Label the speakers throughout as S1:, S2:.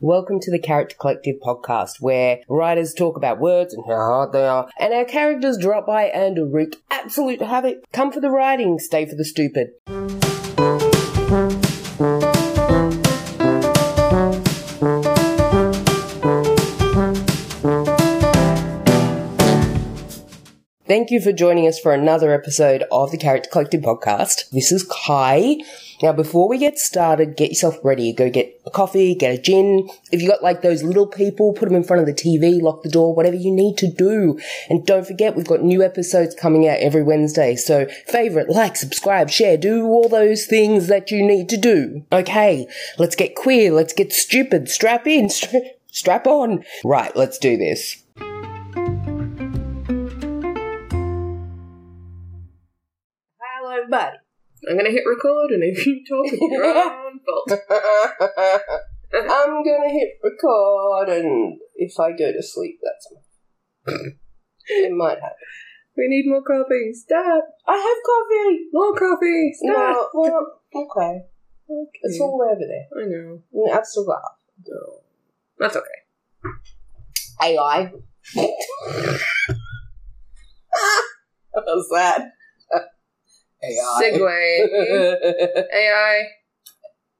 S1: Welcome to the Character Collective podcast, where writers talk about words and how hard they are, and our characters drop by and wreak absolute havoc. Come for the writing, stay for the stupid. Thank you for joining us for another episode of the Character Collective podcast. This is Kai. Now, before we get started, get yourself ready. Go get a coffee, get a gin. If you got like those little people, put them in front of the TV, lock the door, whatever you need to do. And don't forget, we've got new episodes coming out every Wednesday. So favorite, like, subscribe, share, do all those things that you need to do. Okay. Let's get queer. Let's get stupid. Strap in. stra- strap on. Right. Let's do this.
S2: Hello, everybody. I'm gonna hit record, and if you talk, it's your own fault.
S1: I'm gonna hit record, and if I go to sleep, that's enough. it might happen.
S2: We need more coffee. Stop.
S1: I have coffee.
S2: More coffee.
S1: No,
S2: Stop.
S1: well, okay,
S2: Okay.
S1: it's all over there.
S2: I know.
S1: Mm, I've still got
S2: No. That's okay.
S1: half. AI. what was that?
S2: Segway. AI.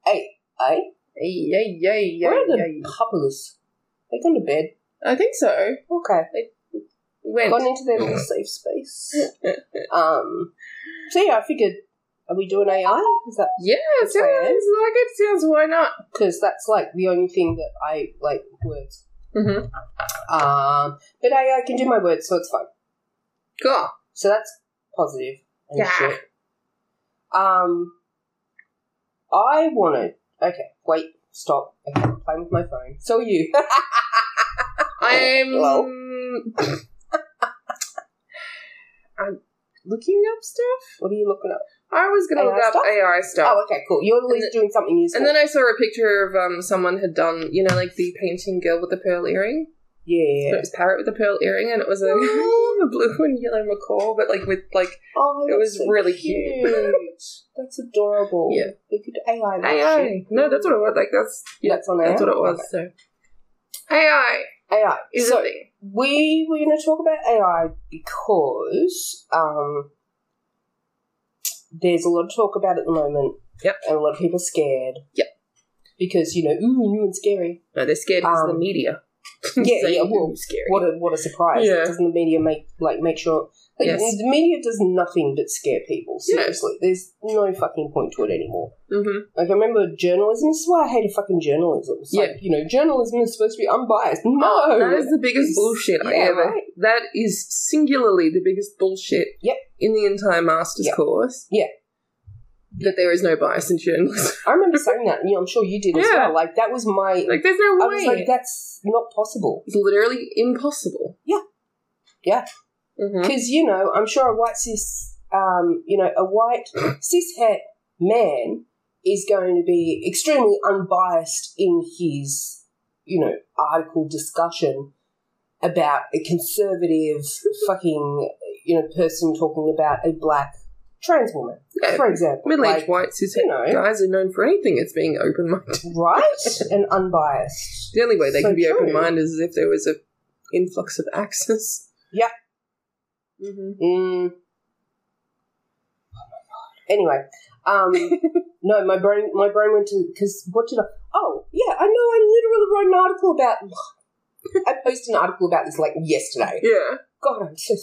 S1: AI.
S2: Yay, yay, yay,
S1: Where are the
S2: yay.
S1: puppies? They gone to bed.
S2: I think so.
S1: Okay.
S2: When?
S1: Gone into their little safe space. Um. So yeah, I figured, are we doing AI? Is that
S2: Yeah, it sounds like it. Sounds why not?
S1: because that's like the only thing that I like words.
S2: Mm-hmm.
S1: Um, but I, I can do my words, so it's fine.
S2: Cool.
S1: So that's positive and
S2: Yeah.
S1: shit. Um, I want to. Okay, wait, stop. Okay, I'm playing with my phone. So are you.
S2: I'm
S1: Hello?
S2: I'm looking up stuff.
S1: what are you looking at?
S2: I was gonna
S1: AI
S2: look up
S1: stuff?
S2: AI stuff.
S1: Oh, okay, cool. You're at least doing something useful.
S2: And then I saw a picture of um, someone had done, you know, like the painting girl with the pearl earring. So
S1: yeah.
S2: It was parrot with the pearl earring, and it was a, a blue and yellow macaw, but like with like
S1: Oh,
S2: it
S1: that's
S2: was
S1: so
S2: really cute.
S1: that's adorable.
S2: Yeah.
S1: We could AI that
S2: AI.
S1: shit.
S2: No, that's what it was. Like that's yeah,
S1: That's on
S2: that's
S1: AI?
S2: what it was. So AI
S1: Okay. AI.
S2: is
S1: so,
S2: a thing.
S1: we were going to talk about AI because um, there's a lot of talk about it at the moment.
S2: Yep.
S1: And a lot of people are scared.
S2: Yep.
S1: Because, you know, ooh, new and scary.
S2: No, they're scared because the
S1: Um,
S2: media.
S1: yeah,
S2: Saying,
S1: yeah, well,
S2: "Ooh, scary.
S1: What a what a surprise.
S2: Yeah.
S1: Doesn't the media make like make sure like,
S2: Yes.
S1: the media does nothing but scare people,
S2: Yeah.
S1: seriously. There's no fucking point to it anymore.
S2: Mm-hmm.
S1: Like I remember journalism, this is why I hated fucking journalism. It's like, you know, journalism is supposed to be unbiased. No.
S2: that is the biggest
S1: It's-
S2: bullshit I
S1: yeah,
S2: ever.
S1: right.
S2: That is singularly the biggest bullshit.
S1: Yep.
S2: In the entire master's
S1: Yep.
S2: course.
S1: Yeah.
S2: That there is no bias in journalism.
S1: I remember saying that, and yeah, I'm sure you did as
S2: Yeah.
S1: well. Like that was my.
S2: like, there's no
S1: I
S2: way.
S1: was like, that's not possible
S2: it's literally impossible.
S1: Yeah. Yeah.
S2: Mhm.
S1: because you know I'm sure a white cis, um, you know, a white cis het man is going to be extremely unbiased in his, you know, article discussion about a conservative fucking, you know, person talking about a black trans woman,
S2: Yeah.
S1: for example,
S2: Middle-aged
S1: like,
S2: whites who
S1: you know.
S2: guys are known for anything. It's being open-minded.
S1: right and unbiased.
S2: The only way they
S1: So
S2: can be
S1: true.
S2: open-minded is if there was a influx of access.
S1: Yeah.
S2: Mm-hmm.
S1: Mm. Anyway, um, no, my brain, my brain went to because what did I? Oh, yeah, I know. I literally wrote an article about. I posted an article about this like yesterday.
S2: Yeah.
S1: God, I'm so,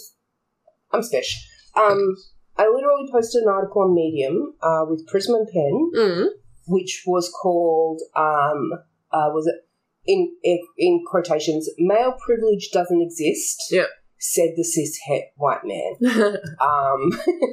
S1: I'm special. Um, I literally posted an article on Medium uh, with Prism and Pen,
S2: Mm.
S1: which was called um, uh, was it in in quotations? Male privilege doesn't exist.
S2: Yeah.
S1: Said the cis het white man um,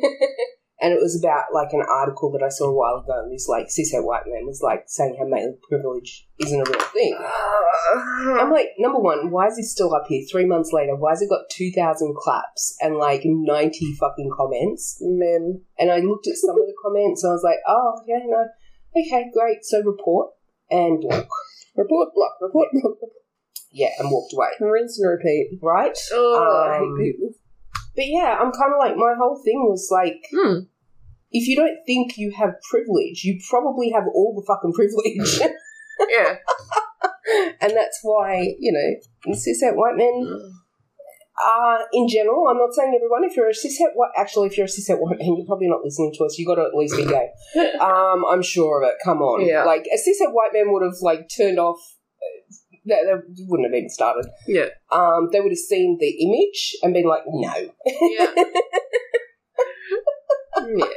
S1: and it was about like an article that I saw a while ago. And this like cishet white man was like saying how male privilege isn't a real thing.
S2: Ah.
S1: I'm like, number one, why is this still up here three months later? Why has it got two thousand claps and like ninety fucking comments?
S2: Men.
S1: And I looked at some of the comments and I was like, oh yeah, no, okay, great. So report and block,
S2: Report block. Report block.
S1: yeah, and walked away.
S2: Rinse and repeat.
S1: Right,
S2: Oh, I
S1: Um,
S2: hate people.
S1: but yeah, I'm kind of like my whole thing was like.
S2: Hmm.
S1: if you don't think you have privilege, you probably have all the fucking privilege.
S2: Yeah.
S1: And that's why, you know, cishet white men are, in general, I'm not saying everyone, if you're a cishet white, actually, if you're a cishet white man, you're probably not listening to us. you got to at least be gay. um, I'm sure of it. Come on.
S2: Yeah.
S1: Like, a cishet white man would have, like, turned off. uh, They, they wouldn't have even started.
S2: Yeah.
S1: Um, they would have seen the image and been like, "No."
S2: Yeah. yeah.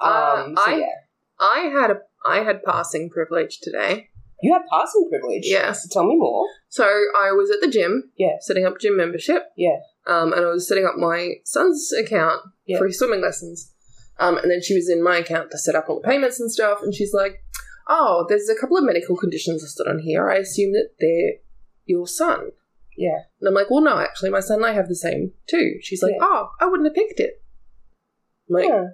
S2: Uh,
S1: Um, so
S2: I-
S1: yeah,
S2: I had a I had passing privilege today.
S1: you have passing privilege.
S2: Yes.
S1: So tell me more.
S2: So I was at the gym.
S1: Yeah.
S2: Setting up gym membership.
S1: Yeah.
S2: Um, and I was setting up my son's account
S1: Yeah.
S2: for his swimming lessons. Um, and then she was in my account to set up all the payments and stuff. And she's like, "Oh, there's a couple of medical conditions listed on here. I assume that they're your son."
S1: Yeah.
S2: And I'm like, "Well, no, actually, my son and I have the same too." She's like,
S1: Yeah.
S2: "Oh, I wouldn't have picked it." I'm like,
S1: Yeah.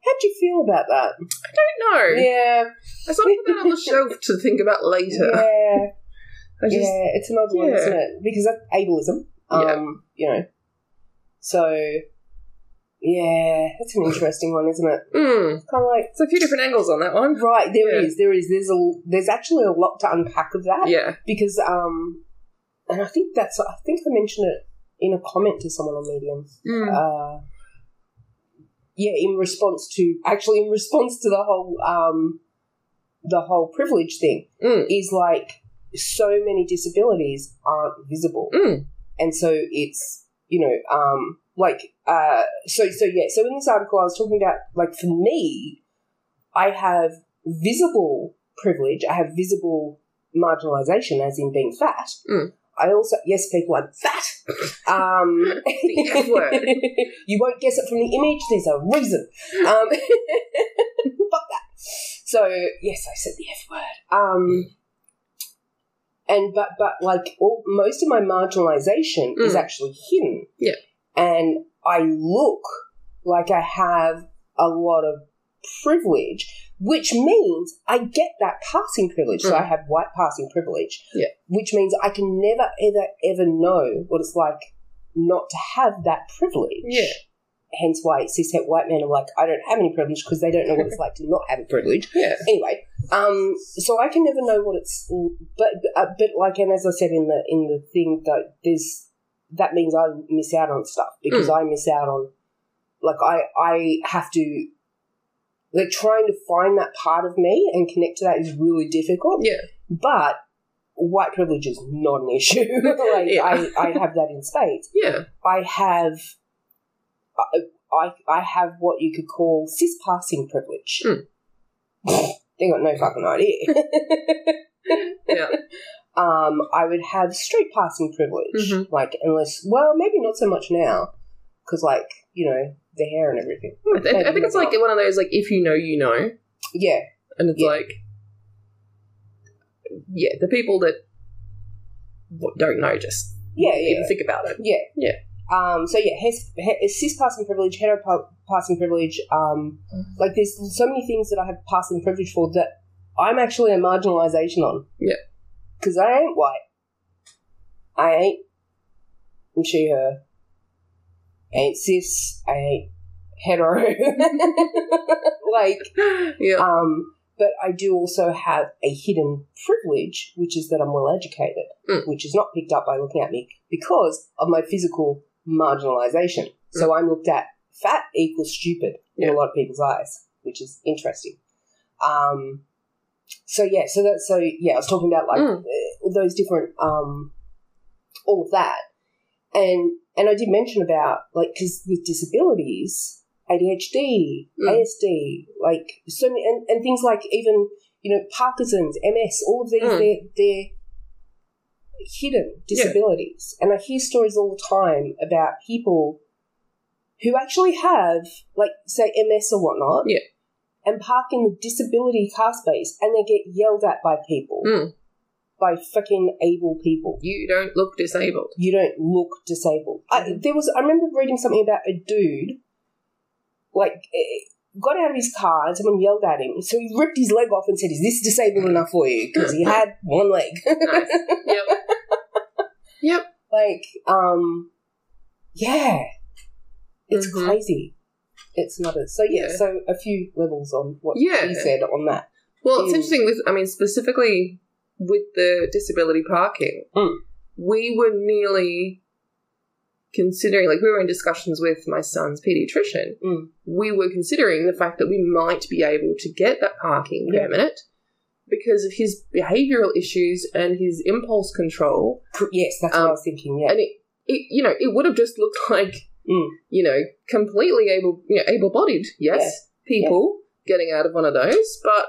S1: How'd you feel about that?
S2: I don't know.
S1: Yeah,
S2: I sort of put that on the shelf to think about later.
S1: yeah,
S2: I just,
S1: yeah. It's another one,
S2: yeah.
S1: isn't it? Because that's ableism. Um, you know. So, yeah, that's an interesting one, isn't it?
S2: Mm.
S1: Kind of like
S2: It's a few different angles on that one.
S1: right there it
S2: Yeah.
S1: is, there is, there's a, there's actually a lot to unpack of that.
S2: Yeah.
S1: because um, and I think that's I think I mentioned it in a comment to someone on Medium.
S2: Mm.
S1: Uh, yeah, in response to actually in response to the whole um, the whole privilege thing
S2: Mm.
S1: is like so many disabilities aren't visible,
S2: Mm.
S1: and so it's you know um, like uh, so so yeah. So in this article, I was talking about like for me, I have visible privilege. I have visible marginalization, as in being fat.
S2: Mm.
S1: I also yes, people, I'm fat. Um,
S2: The F word.
S1: you won't guess it from the image. There's a reason. Um, fuck that. So yes, I said the F word. Um, and but but like all, most of my marginalization is
S2: Mm.
S1: actually hidden.
S2: Yeah.
S1: and I look like I have a lot of privilege, which means I get that passing privilege. So
S2: Mm.
S1: I have white passing privilege.
S2: Yeah.
S1: Which means I can never, ever, ever know what it's like not to have that privilege.
S2: Yeah.
S1: Hence why cishet white men are like, I don't have any privilege because they don't know what it's like to not have a privilege.
S2: Yeah.
S1: Anyway, um, so I can never know what it's, but uh, but like, and as I said in the in the thing that there's that means I miss out on stuff
S2: Hmm.
S1: because I miss out on like I I have to like trying to find that part of me and connect to that is really difficult.
S2: Yeah.
S1: But white privilege is not an issue. like
S2: Yeah.
S1: I I have that in spades.
S2: Yeah.
S1: I have, I, I, I have what you could call cis passing privilege.
S2: Hmm.
S1: they got no fucking idea.
S2: Yeah.
S1: um, I would have straight passing privilege,
S2: Mhm.
S1: like unless, well, maybe not so much now, because like you know the hair and everything.
S2: Hmm, I, th- I think it's like one of those like if you know you know,
S1: Yeah,
S2: and it's
S1: Yeah.
S2: like yeah, the people that w- don't know just
S1: yeah,
S2: don't
S1: yeah.
S2: even think about it.
S1: Yeah.
S2: Yeah.
S1: Um, so yeah, hes, he, cis passing privilege, hetero pa- passing privilege. Um, like there's so many things that I have passing privilege for that I'm actually a marginalization on.
S2: Yeah.
S1: Because I ain't white. I ain't. And she her. I ain't cis. I ain't hetero. like
S2: Yeah.
S1: um, but I do also have a hidden privilege, which is that I'm well educated,
S2: Mm.
S1: which is not picked up by looking at me because of my physical marginalization. So I'm looked at fat equals stupid in
S2: Mm. Yeah.
S1: a lot of people's eyes, which is interesting. Um, so yeah, so that so yeah, I was talking about like
S2: Mm.
S1: uh, those different um, all of that, and and I did mention about like because with disabilities, ADHD,
S2: Mm.
S1: ASD, like so many, and, and things like even you know Parkinson's, MS, all of these
S2: Mm.
S1: they're they're hidden disabilities, and I hear stories all the time about people who actually have like say MS or whatnot,
S2: Yeah.
S1: and park in the disability car space, and they get yelled at by people,
S2: Mm.
S1: by fucking able people
S2: You don't look disabled.
S1: you don't look disabled. I,
S2: Mm-hmm.
S1: there was, I remember reading something about a dude, like, eh, got out of his car and someone yelled at him. So he ripped his leg off and said, Is this disabled enough for you? Because he had one leg.
S2: Nice. yep. Yep.
S1: Like, um, yeah. It's
S2: Mhm.
S1: crazy. It's not a, so yeah,
S2: Yeah.
S1: so a few levels on what
S2: Yeah.
S1: you said on that.
S2: Well, it's
S1: Mm.
S2: interesting with I mean specifically with the disability parking,
S1: Mm.
S2: we were nearly considering, like, we were in discussions with my son's pediatrician.
S1: Mm.
S2: We were considering the fact that we might be able to get that parking
S1: Yeah.
S2: permit because of his behavioural issues and his impulse control.
S1: Pr- Yes, that's what I was thinking. Yeah.
S2: Um, And it, it, you know, it would have just looked like
S1: Mm.
S2: you know, completely able, you know, able-bodied, yes, people getting out of one of those. But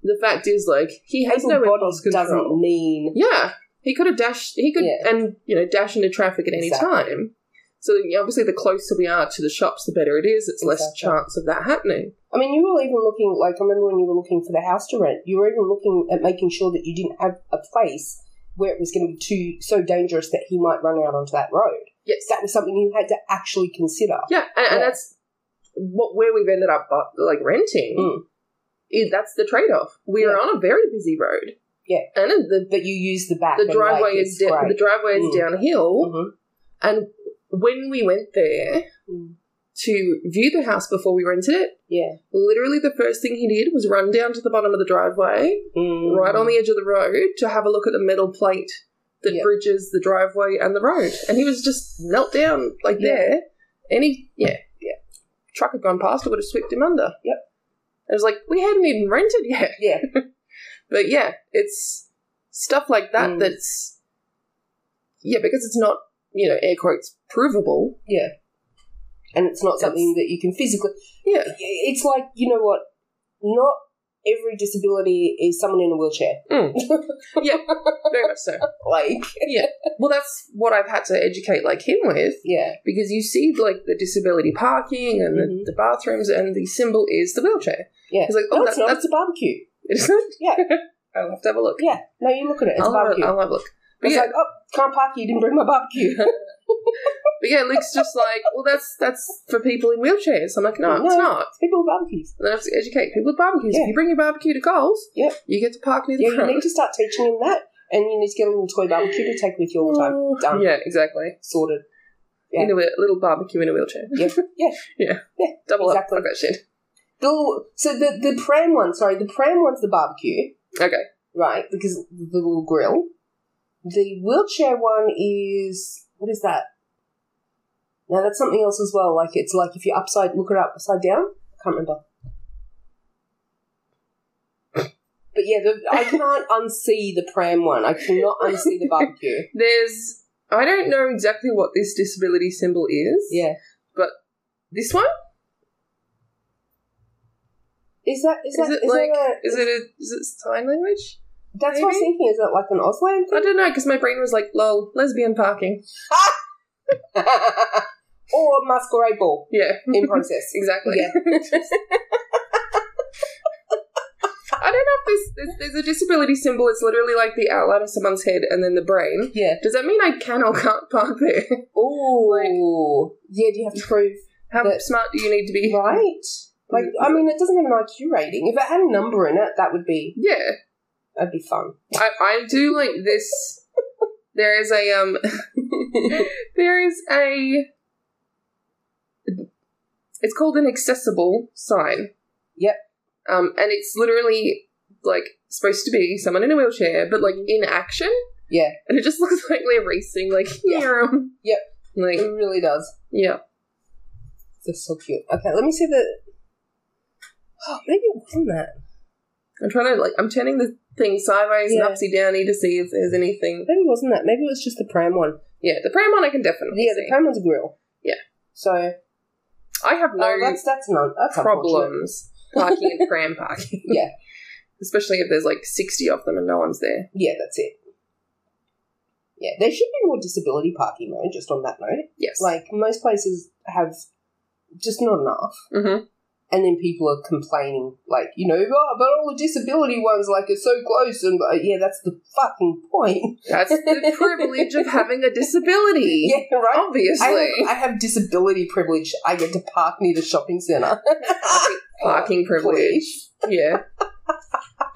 S2: the fact is, like, he has no
S1: Able-bodied
S2: impulse control.
S1: doesn't mean
S2: Yeah, he could have dashed. He could
S1: Yeah.
S2: and you know dash into traffic at any
S1: Exactly.
S2: time. So you know, obviously, the closer we are to the shops, the better it is. It's less
S1: Exactly.
S2: chance of that happening.
S1: I mean, you were even looking, like, I remember when you were looking for the house to rent, you were even looking at making sure that you didn't have a place where it was going to be too, so dangerous that he might run out onto that road.
S2: Yes.
S1: That was something you had to actually consider.
S2: Yeah, and, and
S1: Yeah.
S2: that's what where we've ended up uh, like renting.
S1: Mm.
S2: Is that's the trade-off. We are
S1: Yeah.
S2: on a very busy road.
S1: Yeah.
S2: and the
S1: But you use the back.
S2: the driveway is
S1: down.
S2: da- the driveway is
S1: Mm.
S2: downhill. And when we went there
S1: Mm.
S2: to view the house before we rented it,
S1: Yeah.
S2: literally the first thing he did was run down to the bottom of the driveway,
S1: Mm.
S2: right on the edge of the road, to have a look at the metal plate that
S1: Yeah.
S2: bridges the driveway and the road. And he was just knelt down like
S1: Yeah.
S2: there. Any yeah, yeah. Truck had gone past, it would have swept him under.
S1: Yep.
S2: It was like, we hadn't even rented yet.
S1: Yeah.
S2: But yeah, it's stuff like that
S1: Mm.
S2: that's yeah, because it's not, you know, air quotes provable.
S1: And it's not something that you can physically.
S2: Yeah.
S1: It's like, you know what? Not every disability is someone in a wheelchair.
S2: Very much so.
S1: Like,
S2: Well, that's what I've had to educate like him with
S1: yeah.
S2: because you see like the disability parking and
S1: Mhm.
S2: the, the bathrooms and the symbol is the wheelchair.
S1: Yeah.
S2: He's like, oh,
S1: no,
S2: that's,
S1: it's not.
S2: that's
S1: it's a barbecue.
S2: it isn't.
S1: Yeah.
S2: I'll have to have a look.
S1: Yeah. No, you look at it. It's a
S2: I'll, have
S1: barbecue.
S2: a, I'll have a look. But
S1: It's
S2: Oh, yeah,
S1: like, oh, can't park here. You didn't bring my barbecue.
S2: but yeah, Luke's just like, well, that's that's for people in wheelchairs. I'm like, no, it's
S1: No.
S2: not.
S1: people with barbecues.
S2: And then I have to educate people with barbecues.
S1: Yeah.
S2: If you bring your barbecue to Coles,
S1: Yep.
S2: you get to park near the
S1: Yeah, you
S2: front.
S1: need to start teaching him that, and you need to get a little toy barbecue to take with you all the time.
S2: Oh,
S1: Done.
S2: Yeah, exactly.
S1: Sorted.
S2: In a wheel- little barbecue in a wheelchair.
S1: Yeah, yeah.
S2: Double
S1: Exactly.
S2: up. Fuck that shit.
S1: The, so the the pram one, sorry, the pram one's the barbecue,
S2: Okay.
S1: right? Because the little grill. The wheelchair one is what is that? No, that's something else as well. Like it's like if you're upside, look it up upside down. I can't remember. But yeah, the, I can't unsee the pram one. I cannot unsee the barbecue.
S2: There's. I don't know exactly what this disability symbol is.
S1: Yeah.
S2: This one?
S1: Is that is,
S2: Is,
S1: that is
S2: it like.
S1: that a,
S2: is it a. Is it sign language?
S1: that's what I was
S2: maybe?
S1: thinking. Is that like an Auslan
S2: I don't know, because my brain was like, lol, lesbian parking.
S1: thing, or masquerade ball
S2: Yeah.
S1: in process?
S2: Exactly.
S1: Mm. Yeah.
S2: I don't know if this, there's, there's a disability symbol. It's literally like the outline of someone's head and then the brain.
S1: Yeah.
S2: Does that mean I can or can't park there?
S1: Ooh. yeah. Do you have to prove
S2: How
S1: But-
S2: smart do you need to be?
S1: right? Like, I mean, it doesn't have an IQ rating. If it had a number in it, that would be
S2: Yeah.
S1: that'd be fun.
S2: I, I do like this. There is a um. there is a. It's called an accessible sign.
S1: Yep.
S2: Um, and it's literally like supposed to be someone in a wheelchair, but like in action,
S1: Mm-hmm. yeah,
S2: and it just looks like they're racing, like
S1: Yeah.
S2: near 'em.
S1: Yep. it
S2: Like
S1: really does.
S2: yeah,
S1: That's so cute. Okay, let me see the. Oh, maybe it wasn't that.
S2: I'm trying to like I'm turning the thing sideways
S1: Yeah.
S2: and upside downy to see if there's anything.
S1: Maybe it wasn't that. Maybe it was just the pram one.
S2: Yeah, the pram one I can definitely
S1: Yeah,
S2: see.
S1: the pram one's a grill.
S2: Yeah.
S1: So
S2: I have no
S1: oh, that's that's none. That's unfortunate.
S2: problems parking and pram parking.
S1: Yeah.
S2: Especially if there's like 60 of them and no one's there.
S1: Yeah, that's it. Yeah, there should be more disability parking though. Just on that note,
S2: Yes.
S1: like most places have just not enough,
S2: Mhm.
S1: and then people are complaining, like you know, oh, but all the disability ones like are so close, and uh, yeah, that's the fucking point.
S2: That's the privilege of having a disability.
S1: Yeah, right. I
S2: Obviously.
S1: have, I have disability privilege. I get to park near the shopping centre.
S2: Parking- parking privilege.
S1: Please.
S2: Yeah.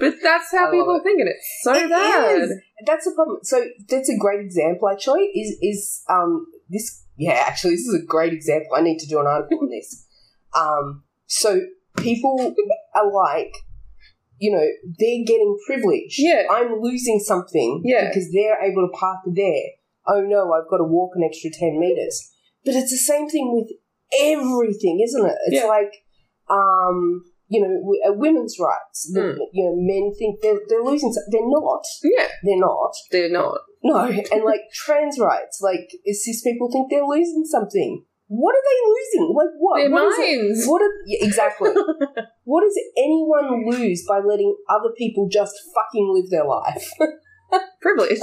S2: But that's
S1: I
S2: how
S1: love
S2: people are thinking. It's so
S1: It
S2: bad.
S1: is. That's the problem. So that's a great example actually. Is is um this yeah, actually this is a great example. I need to do an article on this. Um so people alike you know, they're getting privilege.
S2: Yeah.
S1: I'm losing something
S2: Yeah.
S1: because they're able to park there. Oh no, I've got to walk an extra 10 meters. But it's the same thing with everything, isn't it? It's
S2: Yeah.
S1: like, um, you know, w- uh, women's rights. The,
S2: Mm.
S1: You know, men think they're, they're losing something. They're not.
S2: Yeah,
S1: They're not.
S2: they're not.
S1: No. And like trans rights, like cis people think they're losing something. What are they losing? Like what?
S2: They're
S1: What is it-
S2: minds.
S1: what if, yeah, exactly? what does anyone lose by letting other people just fucking live their life?
S2: Privilege.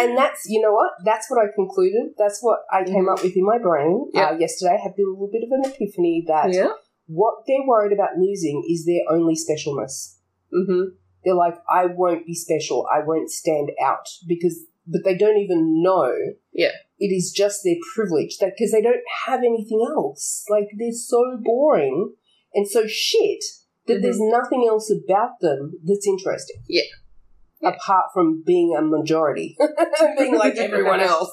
S1: And that's you know what? That's what I concluded. That's what I came up with in my brain uh,
S2: Mm-hmm. Yeah.
S1: yesterday. I had a little bit of an epiphany that
S2: yeah.
S1: what they're worried about losing is their only specialness.
S2: Mm-hmm.
S1: They're like, I won't be special. I won't stand out because, but they don't even know.
S2: Yeah.
S1: It is just their privilege that because they don't have anything else. Like they're so boring and so shit that there's nothing else about them that's interesting.
S2: Mm-hmm. Yeah. Yeah.
S1: Apart from being a majority, being like everyone else.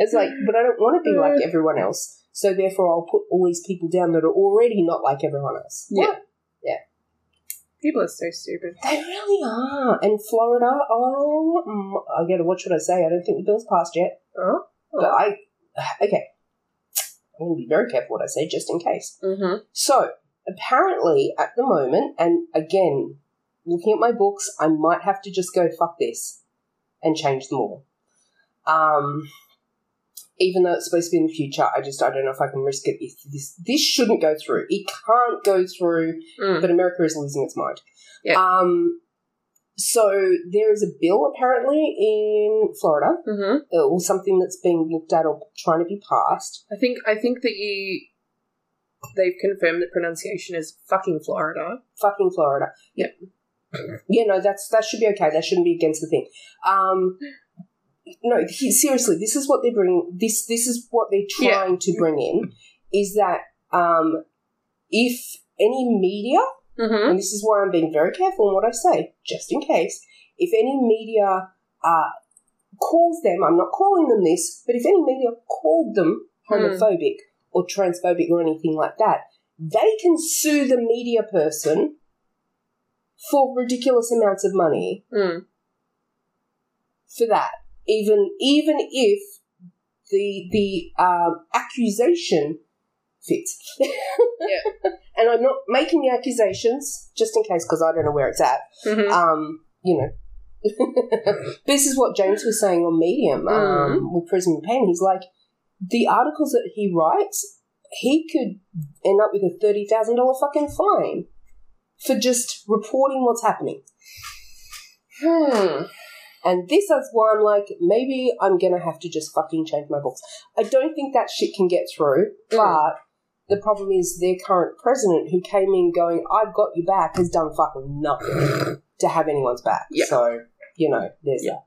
S1: It's like, but I don't want to be
S2: Uh.
S1: like everyone else. So therefore, I'll put all these people down that are already not like everyone else.
S2: Yeah.
S1: What?
S2: People are so stupid.
S1: They really are. And Florida, oh, mm, I gotta watch what I say. I don't think the bill's passed yet.
S2: Oh.
S1: But I, okay. I'm gonna be very careful what I say just in case.
S2: Mm-hmm.
S1: So, apparently, at the moment, and again, looking at my books, I might have to just go fuck this and change them all. Um, even though it's supposed to be in the future, I just I don't know if I can risk it. If this this shouldn't go through, it can't go through
S2: Mm.
S1: but America is losing its mind.
S2: Yeah.
S1: Um, so there is a bill apparently in Florida uh,
S2: Mm-hmm.
S1: or something that's being looked at or trying to be passed.
S2: I think I think that you they've confirmed that pronunciation is fucking Florida.
S1: Fucking Florida.
S2: Yeah.
S1: Yeah, no, that's that should be okay. That shouldn't be against the thing. Um, no, he- seriously, this is what they're bringing. This this is what they're
S2: Yeah.
S1: trying to bring in is that um, if any media
S2: Mm-hmm.
S1: and this is why I'm being very careful in what I say, just in case. If any media uh, calls them, I'm not calling them this, but if any media called them
S2: Hmm.
S1: homophobic or transphobic or anything like that, they can sue the media person for ridiculous amounts of money
S2: Mm.
S1: for that. Even even if the the um, accusation fits. yeah. And I'm not making the accusations just in case because I don't know where it's at.
S2: Mm-hmm.
S1: Um, you know. this is what James was saying on Medium um, with Prison Pain. He's like, the articles that he writes, he could end up with a thirty thousand dollar fucking fine for just reporting what's happening.
S2: Hmm.
S1: And this is why I'm like, maybe I'm gonna have to just fucking change my books. I don't think that shit can get through, but
S2: Mm.
S1: the problem is their current president who came in going, I've got your back, has done fucking nothing to have anyone's back.
S2: Yeah.
S1: So, you know, there's
S2: Yeah.
S1: that.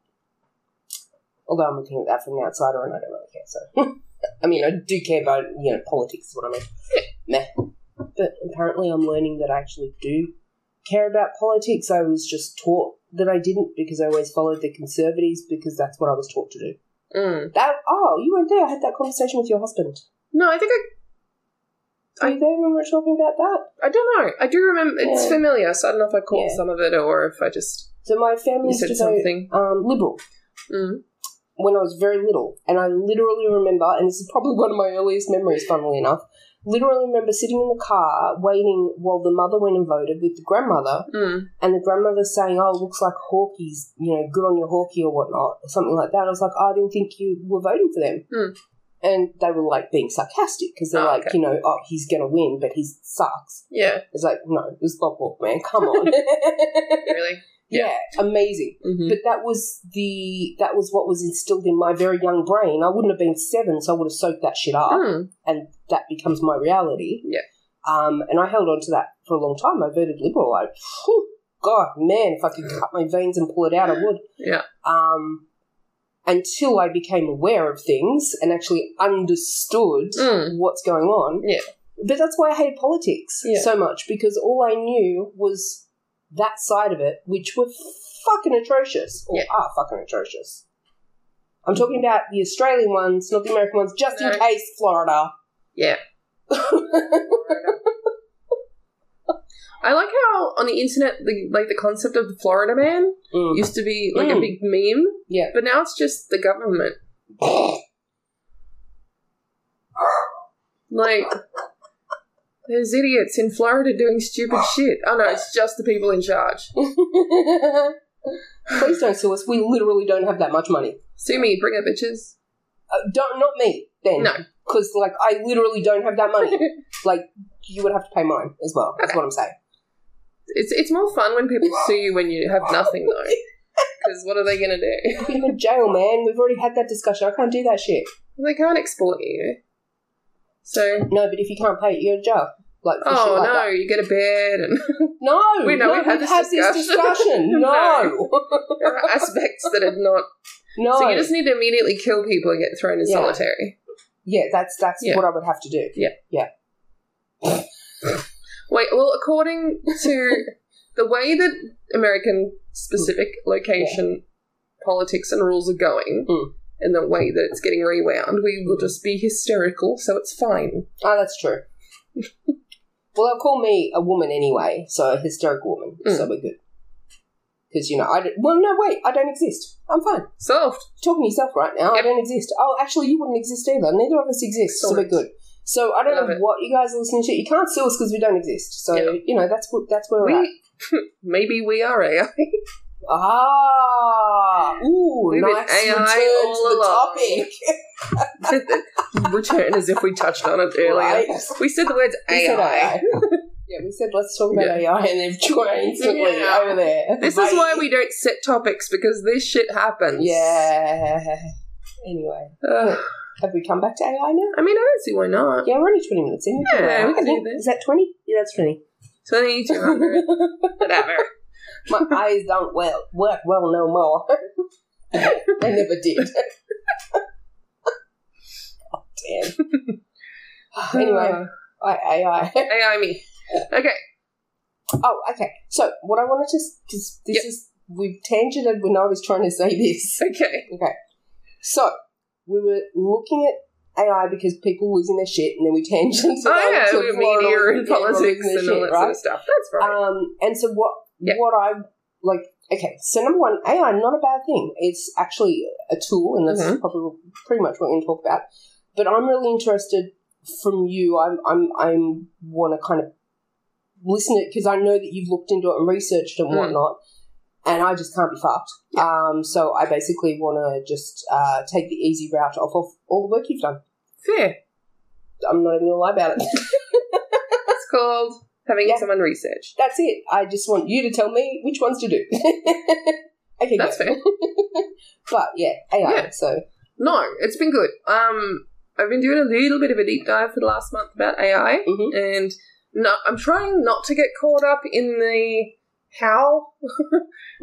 S1: Although I'm looking at that from the outsider and I don't really care, so I mean I do care about, you know, politics is what I mean. Meh. But apparently I'm learning that I actually do care about politics. I was just taught that I didn't because I always followed the conservatives because that's what I was taught to do.
S2: Mm.
S1: That oh, you weren't there. I had that conversation with your husband.
S2: No, I think
S1: Were you there when we were talking about that?
S2: I I don't know. I do remember it's
S1: Yeah.
S2: familiar, so I don't know if I caught
S1: Yeah.
S2: some of it or if I just
S1: So my family
S2: you
S1: used
S2: said
S1: to vote
S2: something.
S1: um, liberal
S2: Mm.
S1: when I was very little, and I literally remember, and this is probably one of my earliest memories, funnily enough. Literally remember sitting in the car waiting while the mother went and voted with the grandmother,
S2: Mm.
S1: and the grandmother saying, "Oh, it looks like Hawkeye's, you know, good on your Hawkeye or whatnot, or something like that." I was like, "Oh, "I didn't think you were voting for them,"
S2: Hmm.
S1: and they were like being sarcastic because they're
S2: Oh,
S1: like,
S2: okay.
S1: you know, "Oh, he's gonna win, but he sucks."
S2: Yeah,
S1: It's like, no, it was Bob Walk, man. Come on,
S2: really.
S1: yeah, amazing.
S2: Mm-hmm.
S1: But that was the that was what was instilled in my very young brain. I wouldn't have been seven, so I would have soaked that shit up
S2: Mm.
S1: and that becomes my reality.
S2: Yeah.
S1: Um, and I held on to that for a long time. I voted liberal. I, phew, God, man, if I could cut my veins and pull it out, I would.
S2: Yeah.
S1: Um, until I became aware of things and actually understood
S2: Mm.
S1: what's going on.
S2: Yeah.
S1: But that's why I hate politics
S2: Yeah.
S1: so much because all I knew was that side of it, which were fucking atrocious or
S2: Yeah.
S1: are fucking atrocious. I'm talking about the Australian ones, not the American ones, just in
S2: No.
S1: case Florida.
S2: Yeah. I like how on the internet, the, like the concept of the Florida man
S1: Mm.
S2: used to be like a
S1: Mm.
S2: big meme,
S1: Yeah.
S2: but now it's just the government. Like, there's idiots in Florida doing stupid shit. Oh no, it's just the people in charge.
S1: Please don't sue us. We literally don't have that much money.
S2: Sue me, bring it, bitches.
S1: Uh, don't not me then.
S2: No.
S1: because like I literally don't have that money. like you would have to pay mine as well. That's what I'm saying.
S2: It's it's more fun when people sue you when you have nothing though. Because what are they gonna do?
S1: Put him in jail, man. We've already had that discussion. I can't do that shit.
S2: They can't export you. So
S1: No, but if you can't pay it, you're in jail. Like for shit
S2: oh
S1: like
S2: no,
S1: that.
S2: you get a bed and
S1: no,
S2: We know
S1: no,
S2: we've
S1: we've
S2: had this
S1: had this
S2: discussion.
S1: discussion. No,
S2: there are aspects that are not.
S1: no.
S2: So you just need to immediately kill people and get thrown in
S1: Yeah.
S2: solitary.
S1: yeah, that's that's
S2: Yeah.
S1: what I would have to do.
S2: Wait, well, according to the way that American specific location politics and rules are going,
S1: Mm.
S2: and the way that it's getting rewound, we will just be hysterical, so it's fine.
S1: Oh, that's true. well, they'll call me a woman anyway, so a hysterical woman.
S2: Hmm.
S1: So we're good. Because you know, I don't, well, no, wait, I don't exist. I'm fine.
S2: Solved.
S1: talking to yourself right now. I
S2: Yep.
S1: don't exist. Oh, actually, you wouldn't exist either. Neither of us exist, so we're
S2: Correct.
S1: good. So I don't
S2: Love
S1: know
S2: it.
S1: what you guys are listening to. You can't sue us because we don't exist. So
S2: Yeah.
S1: you know that's what that's where we're at.
S2: We, maybe we are AI.
S1: Ah, ooh,
S2: We've been
S1: nice
S2: AI
S1: return to the
S2: all along.
S1: topic.
S2: Return as if we touched on it earlier.
S1: Right?
S2: We said the words
S1: We said
S2: AI.
S1: yeah, we said let's talk about AI, and they've joined instantly
S2: Yeah.
S1: over there.
S2: This is why
S1: Bye.
S2: we don't set topics because this shit happens.
S1: Yeah. Anyway,
S2: Ugh.
S1: have we come back to AI now?
S2: I mean, I don't see why not.
S1: Yeah, we're only twenty minutes in.
S2: Yeah, we can
S1: I think-
S2: do this.
S1: Is that twenty? Yeah, that's twenty.
S2: 2200, whatever.
S1: My eyes don't well work well no more. they never did. oh, damn. anyway, I, I, I.
S2: AI me. Okay.
S1: Oh, okay. So what I wanted to because this
S2: Yep.
S1: is we've tangented when I was trying to say this.
S2: Okay.
S1: So we were looking at AI because people were losing their shit, and then we tangented.
S2: Oh
S1: over
S2: yeah,
S1: to
S2: we're
S1: Florida
S2: media
S1: when
S2: and
S1: people were
S2: politics
S1: losing their
S2: and all
S1: shit,
S2: that
S1: right?
S2: sort of stuff. That's right.
S1: Um, and so what?
S2: Yeah.
S1: What I like? Okay, so number one, AI not a bad thing. It's actually a tool, and that's
S2: Mhm.
S1: probably pretty much what we're going to talk about. But I'm really interested from you. I'm I'm I'm want to kind of listen to it because I know that you've looked into it and researched and
S2: Mm.
S1: whatnot, and I just can't be fucked. Um, so I basically want to just uh, take the easy route off of all the work you've done.
S2: Fair.
S1: I'm not even gonna lie about it.
S2: That's called having
S1: Yeah.
S2: someone research.
S1: That's it. I just want you to tell me which ones to do. okay,
S2: That's
S1: go.
S2: fair.
S1: But yeah, AI.
S2: Yeah.
S1: So
S2: No, it's been good. Um, I've been doing a little bit of a deep dive for the last month about AI,
S1: Mhm.
S2: and no, I'm trying not to get caught up in the how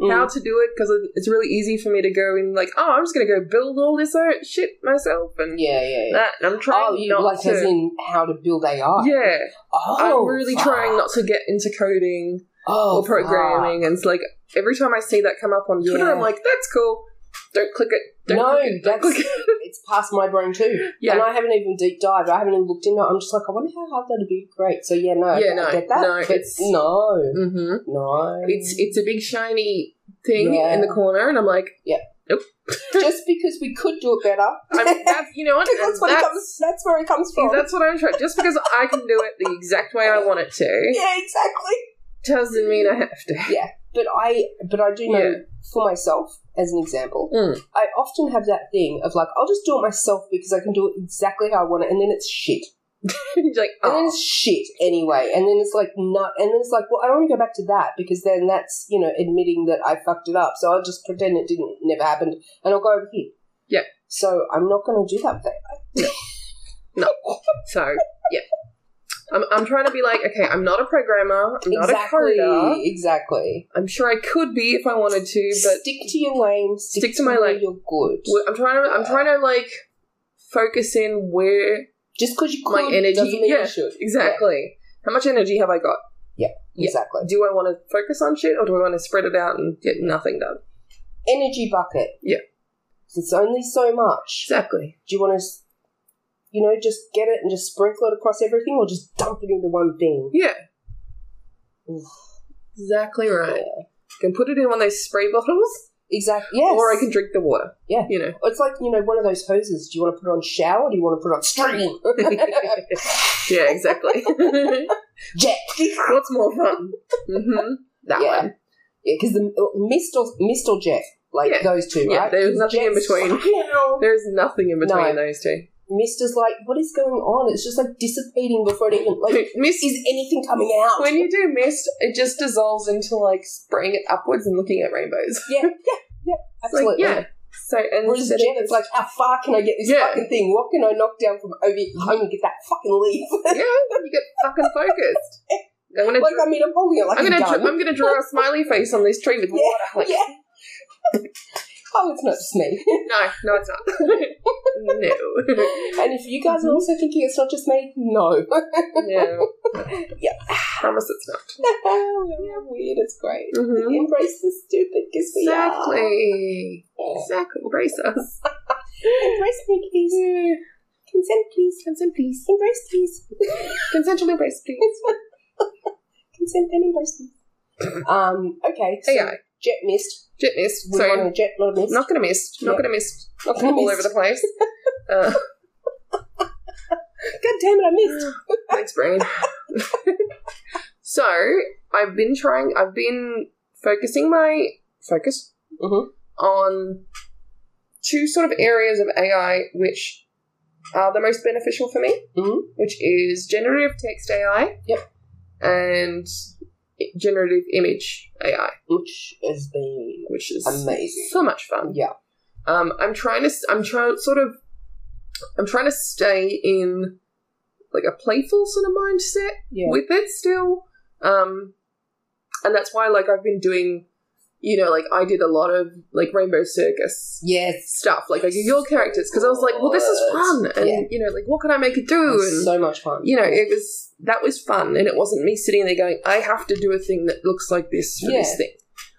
S2: how
S1: mm,
S2: to do it because it's really easy for me to go in like, oh, I'm just gonna go build all this uh, shit myself and
S1: yeah, yeah, yeah.
S2: that. And I'm trying
S1: Oh, you
S2: not
S1: like
S2: to.
S1: as in how to build AI?
S2: yeah,
S1: Oh,
S2: I'm really
S1: fuck.
S2: trying not to get into coding
S1: oh,
S2: or programming, and it's like every time I see that come up on Twitter,
S1: Yeah.
S2: I'm like, that's cool. Don't click it. Don't
S1: No,
S2: click it. Don't
S1: that's-
S2: click it.
S1: fuck. It's past my brain too.
S2: Yeah.
S1: And I haven't even deep dived. I haven't even looked into it. I'm just like, I wonder how hard that'd be. Great. So yeah, no,
S2: Yeah,
S1: I
S2: no,
S1: get that.
S2: no,
S1: but
S2: it's-
S1: no,
S2: hmm
S1: no.
S2: It's it's a big shiny thing
S1: Yeah.
S2: in the corner, and I'm like,
S1: just because we could do it better.
S2: I'm, that's, you know what?
S1: that's, what it
S2: That's-
S1: comes, that's where it comes from.
S2: that's what I'm trying. Just because I can do it the exact way I want it to
S1: yeah, exactly.
S2: doesn't mean I have to.
S1: but I but I do know
S2: Yeah.
S1: for myself as an example,
S2: Mm.
S1: I often have that thing of like I'll just do it myself because I can do it exactly how I want it, and then it's shit,
S2: It's like,
S1: and then
S2: oh,
S1: it's shit anyway, and then it's like not, and then it's like well I don't want to go back to that because then that's you know admitting that I fucked it up, so I'll just pretend it didn't never happened, and I'll go over here.
S2: Yeah.
S1: So I'm not going to do that thing.
S2: so yeah. I'm, I'm trying to be like, okay, I'm not a programmer, I'm not
S1: exactly.
S2: a coder.
S1: Exactly.
S2: I'm sure I could be if I wanted to, but
S1: stick to your lane. Stick,
S2: Stick to my
S1: where
S2: lane.
S1: You're good.
S2: Well, I'm trying to. I'm trying to like focus in where
S1: Just because you
S2: my
S1: could
S2: energy-
S1: doesn't mean
S2: yeah,
S1: you should.
S2: exactly. How much energy have I got? Yeah.
S1: Exactly.
S2: Do I want to focus on shit, or do I want to spread it out and get nothing done?
S1: energy bucket.
S2: Yeah.
S1: It's only so much.
S2: Exactly.
S1: Do you want to, you know, just get it and just sprinkle it across everything or just dump it into one thing?
S2: Yeah. Exactly right. can put it in one of those spray bottles,
S1: Exactly. Yes.
S2: or I can drink the water.
S1: Yeah.
S2: You know.
S1: It's like you know one of those hoses. Do you want to put it on shower? Or do you want to put it on stream?
S2: yeah, exactly.
S1: Jet.
S2: What's more fun? hmm That
S1: Yeah.
S2: one.
S1: Yeah, because the uh, mist or mist or jet, like
S2: Yeah.
S1: those two,
S2: Yeah,
S1: right?
S2: there's
S1: 'Cause
S2: nothing in
S1: jet's
S2: between.
S1: fucking hell.
S2: There's nothing in between
S1: No.
S2: those two.
S1: Mist is like, what is going on? It's just like dissipating before it even like.
S2: Mist
S1: Is anything coming out?
S2: when you do mist, it just dissolves into like spraying it upwards and looking at rainbows.
S1: yeah, yeah, yeah,
S2: It's like,
S1: absolutely.
S2: yeah. So and
S1: Whereas
S2: instead
S1: jet,
S2: of-
S1: it's like, how far can I get this
S2: Yeah.
S1: fucking thing? What can I knock down from over here? I'm gonna get that fucking leaf.
S2: yeah, you get fucking focused. I'm gonna,
S1: like I mean, I'm holding it like
S2: I'm
S1: a
S2: gonna,
S1: gun.
S2: dr- I'm gonna draw a smiley face on this tree with
S1: Yeah.
S2: water. Like,
S1: yeah. oh, it's not just me.
S2: No, no, it's not. no,
S1: and if you guys are also thinking it's not just me, no.
S2: no.
S1: Yeah.
S2: Promise it's not.
S1: We're weird. It's great.
S2: Mhm.
S1: Embrace the stupid because we are.
S2: Exactly.
S1: Yeah.
S2: Exactly. Embrace us.
S1: Embrace me, please. Consent, please.
S2: Consent, please.
S1: Embrace, please.
S2: Consensual embrace, please.
S1: Consent and embrace, please. um. Okay. So
S2: AI.
S1: jet mist.
S2: Jet mist.
S1: We
S2: So
S1: want a jet, not a mist.
S2: Not gonna miss. Not
S1: Yeah.
S2: gonna miss.
S1: Not gonna
S2: all
S1: miss.
S2: over the place. Uh,
S1: God damn it! I missed.
S2: thanks, brain. so I've been trying. I've been focusing my focus
S1: Mhm.
S2: on two sort of areas of AI which are the most beneficial for me,
S1: Mhm.
S2: which is generative text AI.
S1: Yep.
S2: And generative image AI,
S1: Which has been
S2: which is
S1: amazing.
S2: so much fun.
S1: Yeah.
S2: Um, I'm trying to. s- I'm trying sort of. I'm trying to stay in like a playful sort of mindset
S1: Yeah.
S2: with it still, um, and that's why like I've been doing, you know, like I did a lot of like Rainbow Circus
S1: yes.
S2: stuff, like I did your characters because I was like, well, this is fun, and
S1: Yeah.
S2: you know, like what can I make it do?
S1: It was
S2: And
S1: so much fun.
S2: you know, it was that was fun, and it wasn't me sitting there going, I have to do a thing that looks like this for
S1: Yeah.
S2: this thing.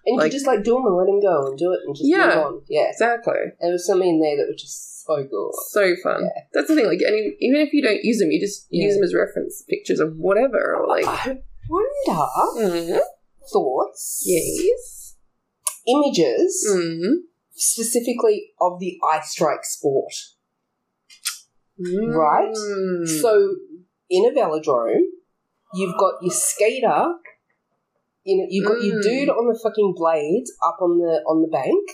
S1: and you
S2: like-
S1: could just like do them and let him go and do it and just
S2: Yeah.
S1: move on. Yeah.
S2: Exactly.
S1: There was something in there that was just so good.
S2: so fun. That's the thing. Like, and even- even if you don't use them, you just
S1: Yeah.
S2: use them as reference pictures of whatever. Or like,
S1: I wonder
S2: mm
S1: thoughts,
S2: yes,
S1: images
S2: mm
S1: specifically of the eye strike sport. Right?
S2: Mm.
S1: So in a velodrome, you've got your skater. You know, you've got your
S2: Mm.
S1: dude on the fucking blades up on the on the bank.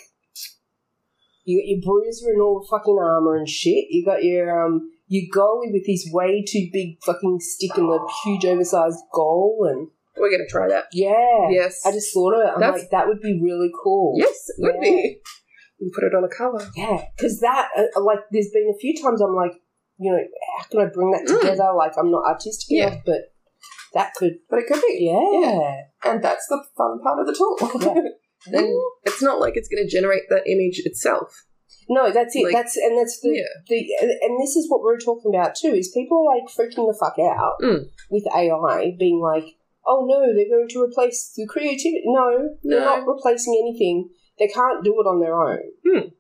S1: You got your bruiser in all the fucking armor and shit. You got your um your goalie with his way too big fucking stick and the huge oversized goal and
S2: we're gonna try that.
S1: yeah.
S2: Yes,
S1: I just thought of it. I'm
S2: That's-
S1: like, that would be really cool.
S2: yes, it would
S1: Yeah.
S2: be. We put it on a cover.
S1: Yeah, because that, uh, like, there's been a few times I'm like, you know, how can I bring that
S2: Mm.
S1: together? Like, I'm not artistic
S2: Yeah.
S1: enough, but that could,
S2: But it could be,
S1: yeah.
S2: and that's the fun part of the tool.
S1: Yeah.
S2: Then it's not like it's going to generate that image itself.
S1: No, that's it.
S2: Like-
S1: that's and that's the,
S2: Yeah.
S1: the and this is what we we're talking about too. Is people are, like freaking the fuck out
S2: Mm.
S1: with AI being like, oh no, they're going to replace the creativity. No, they're
S2: No.
S1: not replacing anything. They can't do it on their own.
S2: Mm.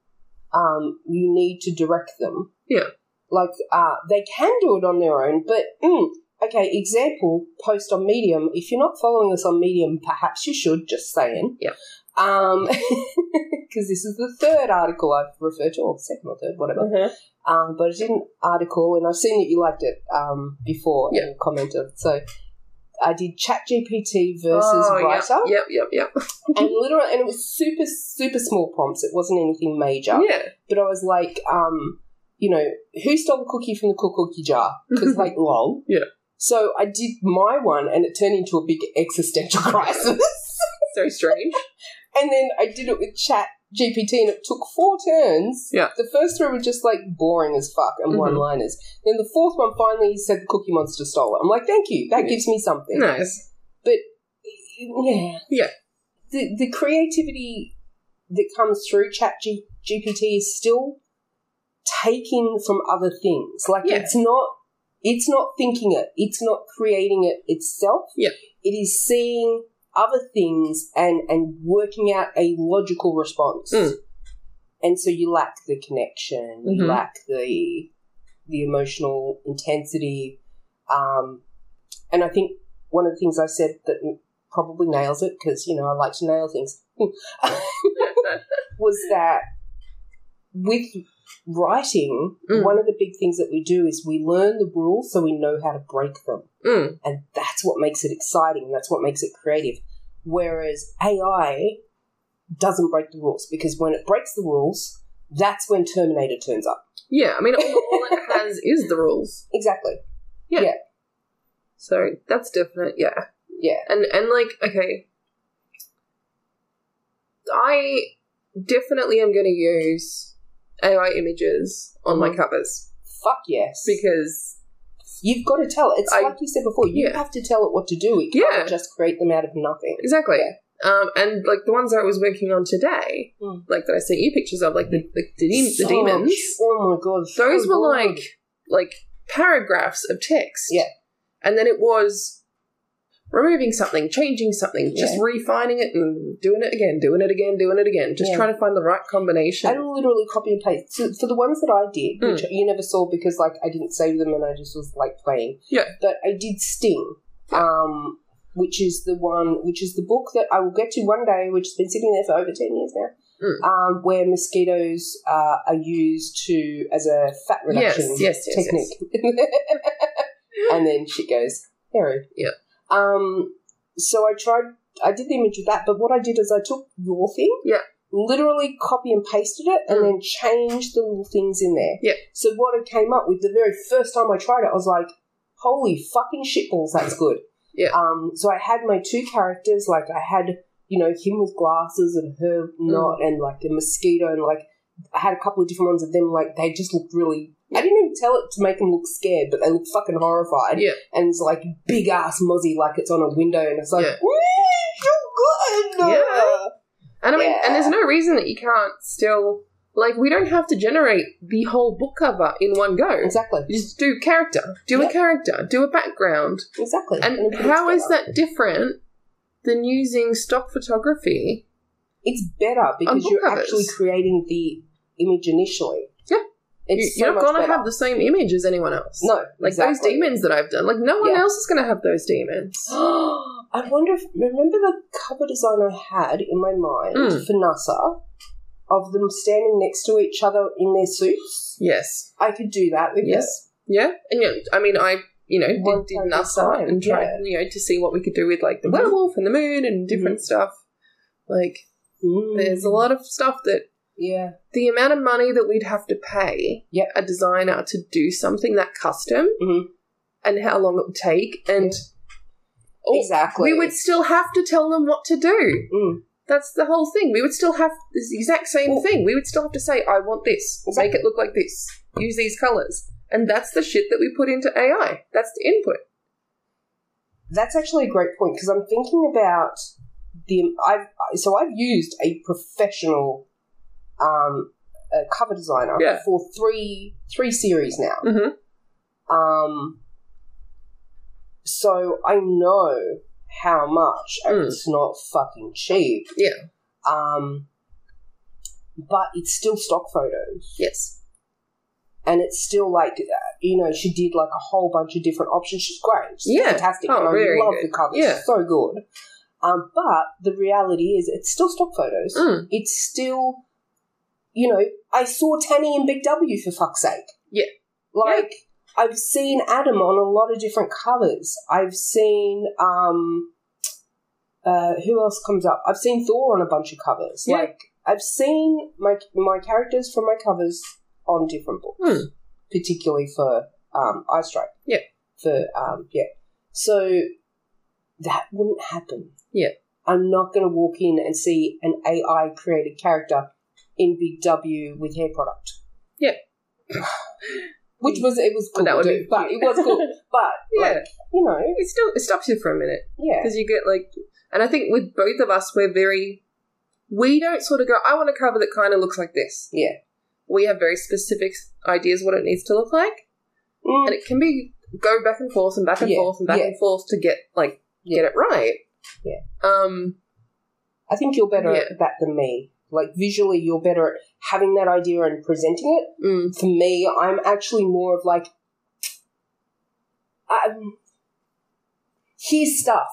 S1: Um, you need to direct them.
S2: Yeah.
S1: like uh, they can do it on their own, but. Mm, Okay, example post on Medium. If you're not following us on Medium, perhaps you should. Just saying.
S2: Yeah.
S1: Um, because this is the third article I've referred to, or second or third, whatever.
S2: Uh-huh.
S1: Um, but I did an article, and I've seen that you liked it um before
S2: Yeah.
S1: and commented. So I did ChatGPT versus
S2: Oh,
S1: writer,
S2: Yep, yep, yep. yep.
S1: and literally, and it was super super small prompts. It wasn't anything major,
S2: Yeah.
S1: but I was like, um, you know, who stole the cookie from the cook cookie jar? Because like, lol.
S2: Yeah.
S1: So I did my one, and it turned into a big existential crisis.
S2: So strange.
S1: And then I did it with Chat GPT, and it took four turns.
S2: Yeah.
S1: The first three were just like boring as fuck and
S2: Mhm.
S1: one-liners. Then the fourth one finally said the Cookie Monster stole it. I'm like, thank you. That
S2: Yeah.
S1: gives me something.
S2: nice.
S1: Yeah.
S2: Yeah.
S1: The the creativity that comes through Chat G- GPT is still taken from other things. Like
S2: Yeah.
S1: it's not it's not thinking it. It's not creating it itself.
S2: Yeah.
S1: It is seeing other things and and working out a logical response.
S2: Mm.
S1: And so you lack the connection, you
S2: Mhm.
S1: lack the the emotional intensity. Um, and I think one of the things I said that probably nails it because you know I like to nail things. was that with writing,
S2: Mm.
S1: one of the big things that we do is we learn the rules so we know how to break them.
S2: Mm.
S1: And that's what makes it exciting. and That's what makes it creative. Whereas AI doesn't break the rules because when it breaks the rules, that's when Terminator turns up.
S2: Yeah, I mean, all, all it has is the rules.
S1: Exactly.
S2: So that's definite, yeah.
S1: Yeah.
S2: And and like, okay. I definitely am gonna use AI images on my
S1: Mhm.
S2: covers
S1: Fuck yes.
S2: because
S1: You've got to tell it. It's
S2: I-
S1: like you said before. You
S2: Yeah.
S1: have to tell it what to do. It
S2: Yeah.
S1: can't just create them out of nothing.
S2: exactly. Um, and like the ones I was working on today,
S1: Mm.
S2: like that I sent you pictures of, like the the, the, de-
S1: So
S2: the demons.
S1: much- Oh my god. so
S2: Those were
S1: long.
S2: like like paragraphs of text.
S1: Yeah.
S2: And then it was removing something, changing something, just
S1: Yeah.
S2: refining it and doing it again, doing it again, doing it again, just
S1: Yeah.
S2: trying to find the right combination.
S1: I literally copy and paste. So for the ones that I did,
S2: Hmm.
S1: which you never saw because like I didn't save them and I just was like playing.
S2: Yeah.
S1: But I did Sting, um, which is the one, which is the book that I will get to one day, which has been sitting there for over ten years now.
S2: Mm.
S1: Um, where mosquitoes uh, are used to as a fat
S2: yes,
S1: reduction
S2: yes, yes, yes.
S1: technique. and then she goes, Harry.
S2: Yeah.
S1: Um, so I tried, I did the image of that, but what I did is I took your thing.
S2: Yeah.
S1: Literally copy and pasted it and
S2: Mm.
S1: then changed the little things in there.
S2: Yeah.
S1: So what I came up with the very first time I tried it, I was like, holy fucking shitballs, that's good.
S2: Yeah.
S1: Um, so I had my two characters, like I had, you know, him with glasses and her
S2: Mm.
S1: not, and like a mosquito, and like I had a couple of different ones of them, like they just looked really. I didn't even tell it to make them look scared, but they looked fucking horrified.
S2: Yeah.
S1: And it's like big ass mozzie, like it's on a window, and it's like,
S2: Yeah.
S1: "Woo, so good.
S2: Yeah. And I mean,
S1: Yeah.
S2: and there's no reason that you can't still like we don't have to generate the whole book cover in one go.
S1: Exactly.
S2: You just do character, do
S1: Yeah.
S2: a character, do a background,
S1: Exactly.
S2: and
S1: it
S2: how
S1: looks
S2: is
S1: better.
S2: that different than using stock photography?
S1: It's better because
S2: book
S1: you're
S2: covers?
S1: actually creating the image initially.
S2: Yeah.
S1: It's
S2: you,
S1: so
S2: are not
S1: much
S2: going to
S1: better.
S2: have the same image as anyone else.
S1: no,
S2: Like those
S1: exactly.
S2: demons that I've done. Like no one
S1: Yeah.
S2: else is going to have those demons.
S1: I wonder if remember the cover design I had in my mind
S2: Mm.
S1: for NASA of them standing next to each other in their suits.
S2: Yes.
S1: I could do that with
S2: Yes. Yeah. And yeah, I mean, I you know
S1: One
S2: did, did
S1: type of
S2: NASA
S1: time,
S2: and tried
S1: yeah.
S2: you know to see what we could do with like the
S1: Mhm.
S2: werewolf and the moon and different stuff. Like
S1: this. Mm-hmm. Mm.
S2: there's a lot of stuff that
S1: Yeah,
S2: the amount of money that we'd have to pay
S1: Yep.
S2: a designer to do something that custom
S1: Mhm.
S2: and how long it would take and all-
S1: exactly.
S2: Oh, we would still have to tell them what to do.
S1: Mm.
S2: That's the whole thing. We would still have this exact same
S1: Well-
S2: thing. We would still have to say, I want this, make it look like this, use these colors. And that's the shit that we put into AI. That's the input.
S1: That's actually a great point because I'm thinking about the I've so I've used a professional um, uh cover designer
S2: Yeah.
S1: for three three series now.
S2: Mm-hmm.
S1: Um, so I know how much, and
S2: Mm.
S1: it's not fucking cheap.
S2: Yeah.
S1: Um, but it's still stock photos,
S2: Yes.
S1: and it's still like uh, you know she did like a whole bunch of different options. She's great, she's
S2: Yeah.
S1: fantastic.
S2: Oh,
S1: and I
S2: very
S1: love
S2: good.
S1: the cover.
S2: Yeah.
S1: She's so good. Um, but the reality is, it's still stock photos.
S2: Mm.
S1: It's still, you know, I saw Tanny in Big W for fuck's sake.
S2: Yeah.
S1: Like, I've seen Adam on a lot of different covers. I've seen, um, uh, who else comes up? I've seen Thor on a bunch of covers.
S2: Yeah.
S1: Like, I've seen my, my characters from my covers on different books,
S2: Hmm.
S1: particularly for, um, Eye Strike.
S2: Yeah.
S1: For, um, yeah. So, that wouldn't happen.
S2: Yeah.
S1: I'm not going to walk in and see an AI created character in Big W with hair product.
S2: Yeah.
S1: Which was it was cool,
S2: That would
S1: dude,
S2: be
S1: but it was cool. But
S2: Yeah.
S1: like you know,
S2: It still it stops you for a minute
S1: yeah,
S2: because you get like, and I think with both of us, we're very, we don't sort of go, I want a cover that kind of looks like this.
S1: yeah,
S2: We have very specific ideas what it needs to look like.
S1: Mm,
S2: and it can be go back and forth and back and
S1: Yeah,
S2: forth and back
S1: yeah.
S2: and forth to get like
S1: Yeah.
S2: get it right.
S1: Yeah.
S2: Um.
S1: I think you're better
S2: Yeah.
S1: at that than me. Like visually, you're better at having that idea and presenting it.
S2: mm,
S1: For me, I'm actually more of like, um, here's stuff.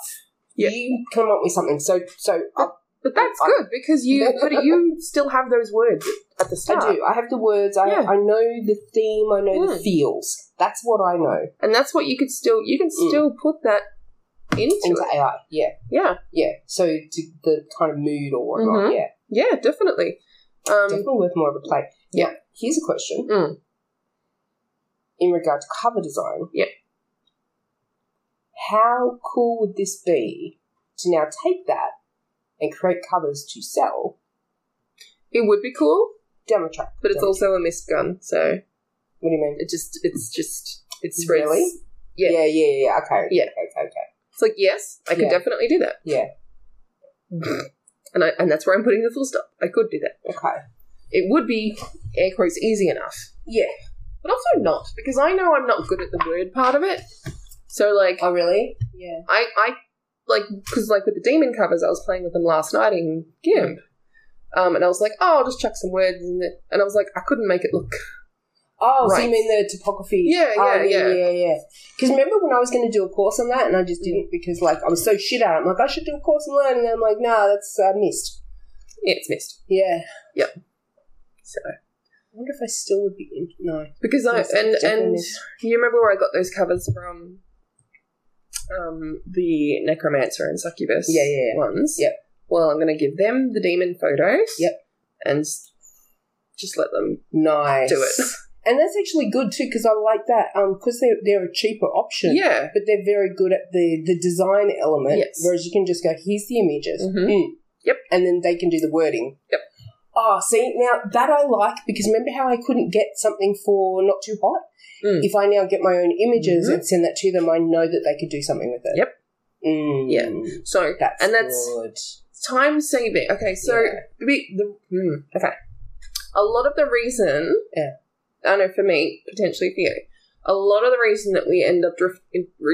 S2: Yeah.
S1: You come up with something. So, so I,
S2: But that's
S1: I-
S2: good because you but you still have those words at the start.
S1: I do. I have the words. I,
S2: Yeah.
S1: I know the theme. I know the
S2: Mm.
S1: feels. That's what I know
S2: And that's what you could still you can
S1: Mm.
S2: still put that into,
S1: into
S2: it.
S1: AI. Yeah,
S2: Yeah.
S1: yeah. So to the kind of mood or whatnot.
S2: Mhm.
S1: Yeah,
S2: Yeah, definitely. Um
S1: definitely worth more of a play.
S2: Yeah.
S1: Now, Here's a question.
S2: Mm.
S1: In regard to cover design.
S2: Yeah.
S1: How cool would this be to now take that and create covers to sell
S2: it would be cool,
S1: down the track?
S2: but it's
S1: down the-
S2: also a mist gun, so
S1: What do you mean?
S2: it just it's just it spreads.
S1: Really?
S2: Yeah.
S1: yeah, yeah, yeah. Okay.
S2: Yeah.
S1: Okay, okay, okay.
S2: It's like yes, I could
S1: Yeah.
S2: definitely do that.
S1: Yeah.
S2: And I, and that's where I'm putting the full stop. I could do that.
S1: Okay.
S2: It would be air quotes easy enough,
S1: Yeah.
S2: but also not because I know I'm not good at the word part of it. So like um,
S1: Oh, really? Yeah.
S2: I, I like because like with the demon covers, I was playing with them last night in GIMP, um, and I was like, oh, I'll just chuck some words in it, and I was like, I couldn't make it look.
S1: Oh, so
S2: Right.
S1: you mean the topography?
S2: Yeah,
S1: Oh,
S2: yeah, yeah.
S1: yeah, yeah. Because remember when I was going to do a course on that and I just
S2: Mm.
S1: didn't because like I was so shit at it. I'm like I should do a course on learning. And I'm like, nah, that's uh, missed.
S2: Yeah, it's missed.
S1: Yeah.
S2: So
S1: I wonder if I still would be in- no.
S2: because I
S1: Yes,
S2: and
S1: definitely
S2: and
S1: missed.
S2: you remember where I got those covers from? Um, the necromancer and succubus.
S1: Yeah, yeah, yeah.
S2: Ones.
S1: Yep.
S2: Well, I'm going to give them the demon photos.
S1: Yep.
S2: And s- just let them
S1: Nice.
S2: do it.
S1: And that's actually good too because I like that because they're they're a cheaper option.
S2: yeah.
S1: But they're very good at the the design element.
S2: Yes.
S1: Whereas you can just go, here's the images.
S2: Mhm.
S1: Mm.
S2: Yep.
S1: And then they can do the wording.
S2: Yep.
S1: Oh, see, now that I like because remember how I couldn't get something for not too hot?
S2: Mm. Mm-hmm.
S1: If I now get my own images and send that to them, I know that they could do something with it.
S2: Yep.
S1: Mm.
S2: Yeah. So
S1: That's
S2: and that's
S1: good.
S2: time saving. Okay, so
S1: Yeah.
S2: we- the hmm, okay, a lot of the reason,
S1: Yeah.
S2: I know for me potentially for you, a lot of the reason that we end up drift,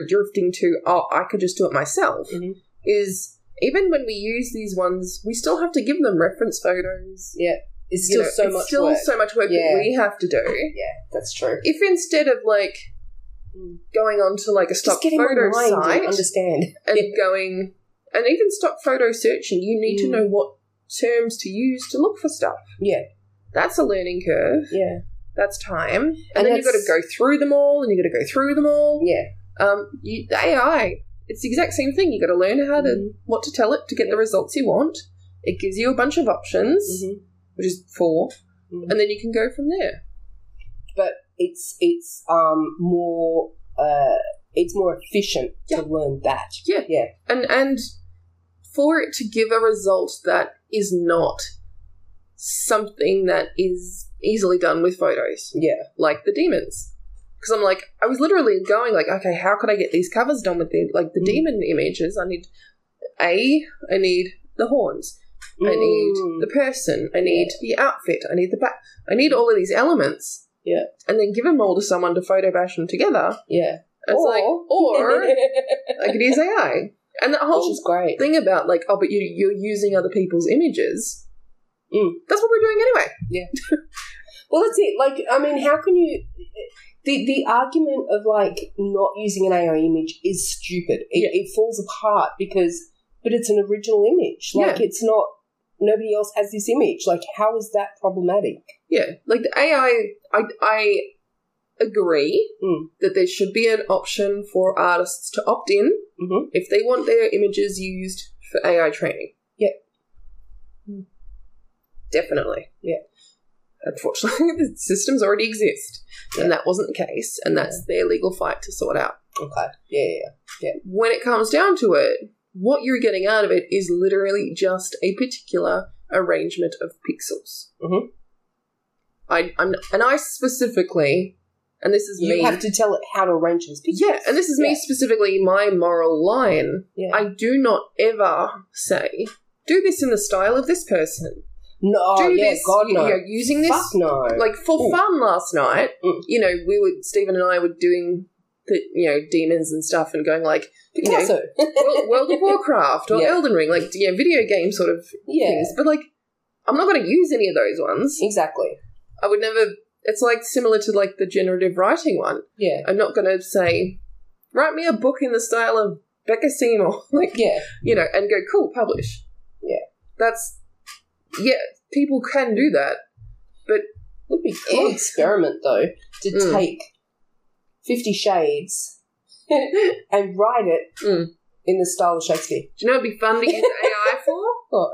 S2: drifting to oh I could just do it myself
S1: Mhm.
S2: is even when we use these ones, we still have to give them reference photos.
S1: It's still
S2: You know,
S1: so
S2: it's
S1: much
S2: still
S1: work.
S2: so much work
S1: Yeah.
S2: that we have to do.
S1: that's true.
S2: If instead of like
S1: Mm.
S2: going on to like a
S1: Just
S2: stock
S1: getting my
S2: photo
S1: mind and
S2: site
S1: understand.
S2: and going and even stock photo searching you need to
S1: Mm.
S2: know what terms to use to look for stuff
S1: Yeah.
S2: that's a learning curve
S1: Yeah,
S2: that's time and,
S1: And
S2: then you've got to
S1: that's-
S2: go through them all and you've got to go through them all
S1: yeah.
S2: um you, the ai it's the exact same thing you've got to learn how to
S1: Mhm.
S2: what to tell it to get
S1: Yeah.
S2: the results you want it gives you a bunch of options
S1: Mhm.
S2: which is 4
S1: Mhm.
S2: and then you can go from there
S1: But it's it's um more uh it's more efficient
S2: Yeah.
S1: to learn that.
S2: Yeah.
S1: yeah.
S2: and and for it to give a result that is not something that is easily done with photos
S1: Yeah.
S2: like the demons because i'm like i was literally going like okay how could i get these covers done with the like the
S1: Mm.
S2: demon images i need a i need the horns i need
S1: Mm.
S2: the person i need the outfit i need the back i need all of these elements
S1: Yeah.
S2: and then give them all to someone to photo bash them together
S1: yeah.
S2: it's
S1: Or-
S2: like or
S1: which
S2: i could use ai and that whole
S1: is great.
S2: thing about like, oh, but you, you're using other people's images.
S1: Mm.
S2: That's what we're doing anyway.
S1: Well, that's it. Like, I mean, how can you? The the argument of like not using an AI image is stupid. It,
S2: Yeah.
S1: it falls apart because, but it's an original image. Like, it's not. Nobody else has this image. Like, how is that problematic?
S2: Yeah, like the AI, I, I agree
S1: Mm.
S2: that there should be an option for artists to opt in
S1: Mhm.
S2: if they want their images used for AI training.
S1: Yeah.
S2: Mm. Definitely.
S1: Yeah.
S2: Unfortunately, the systems already exist,
S1: Yeah.
S2: and that wasn't the case, and that's their legal fight to sort out.
S1: Okay. Yeah. yeah,
S2: when it comes down to it, what you're getting out of it is literally just a particular arrangement of pixels.
S1: Mhm.
S2: I, I'm, and I specifically, and this is
S1: Yeah.
S2: me.
S1: You have to tell it how to arrange those pictures.
S2: yeah, and this is
S1: Yeah.
S2: me specifically, my moral line.
S1: Yeah.
S2: I do not ever say, do this in the style of this person.
S1: no.
S2: do
S1: Oh, yeah.
S2: this,
S1: God
S2: you
S1: no.
S2: know, using this
S1: Fuck no.
S2: like for
S1: Mm.
S2: fun last night.
S1: Mm.
S2: You know, we were Stephen and I were doing the you know demons and stuff, and going like you know,
S1: Picasso.
S2: World, World of Warcraft or
S1: Yeah.
S2: Elden Ring, like you know, video game sort of
S1: yeah.
S2: things. But like, I'm not going to use any of those ones.
S1: Exactly.
S2: I would never. It's like similar to like the generative writing one.
S1: Yeah.
S2: I'm not going to say, write me a book in the style of Becca Seymour, like
S1: Yeah.
S2: you know, and go cool, publish.
S1: Yeah.
S2: that's yeah. People can do that.
S1: Would be a cool
S2: Yeah.
S1: experiment though to
S2: Mm.
S1: take Fifty Shades and write it
S2: Mm.
S1: in the style of Shakespeare.
S2: Do you know it'd be fun to use AI for?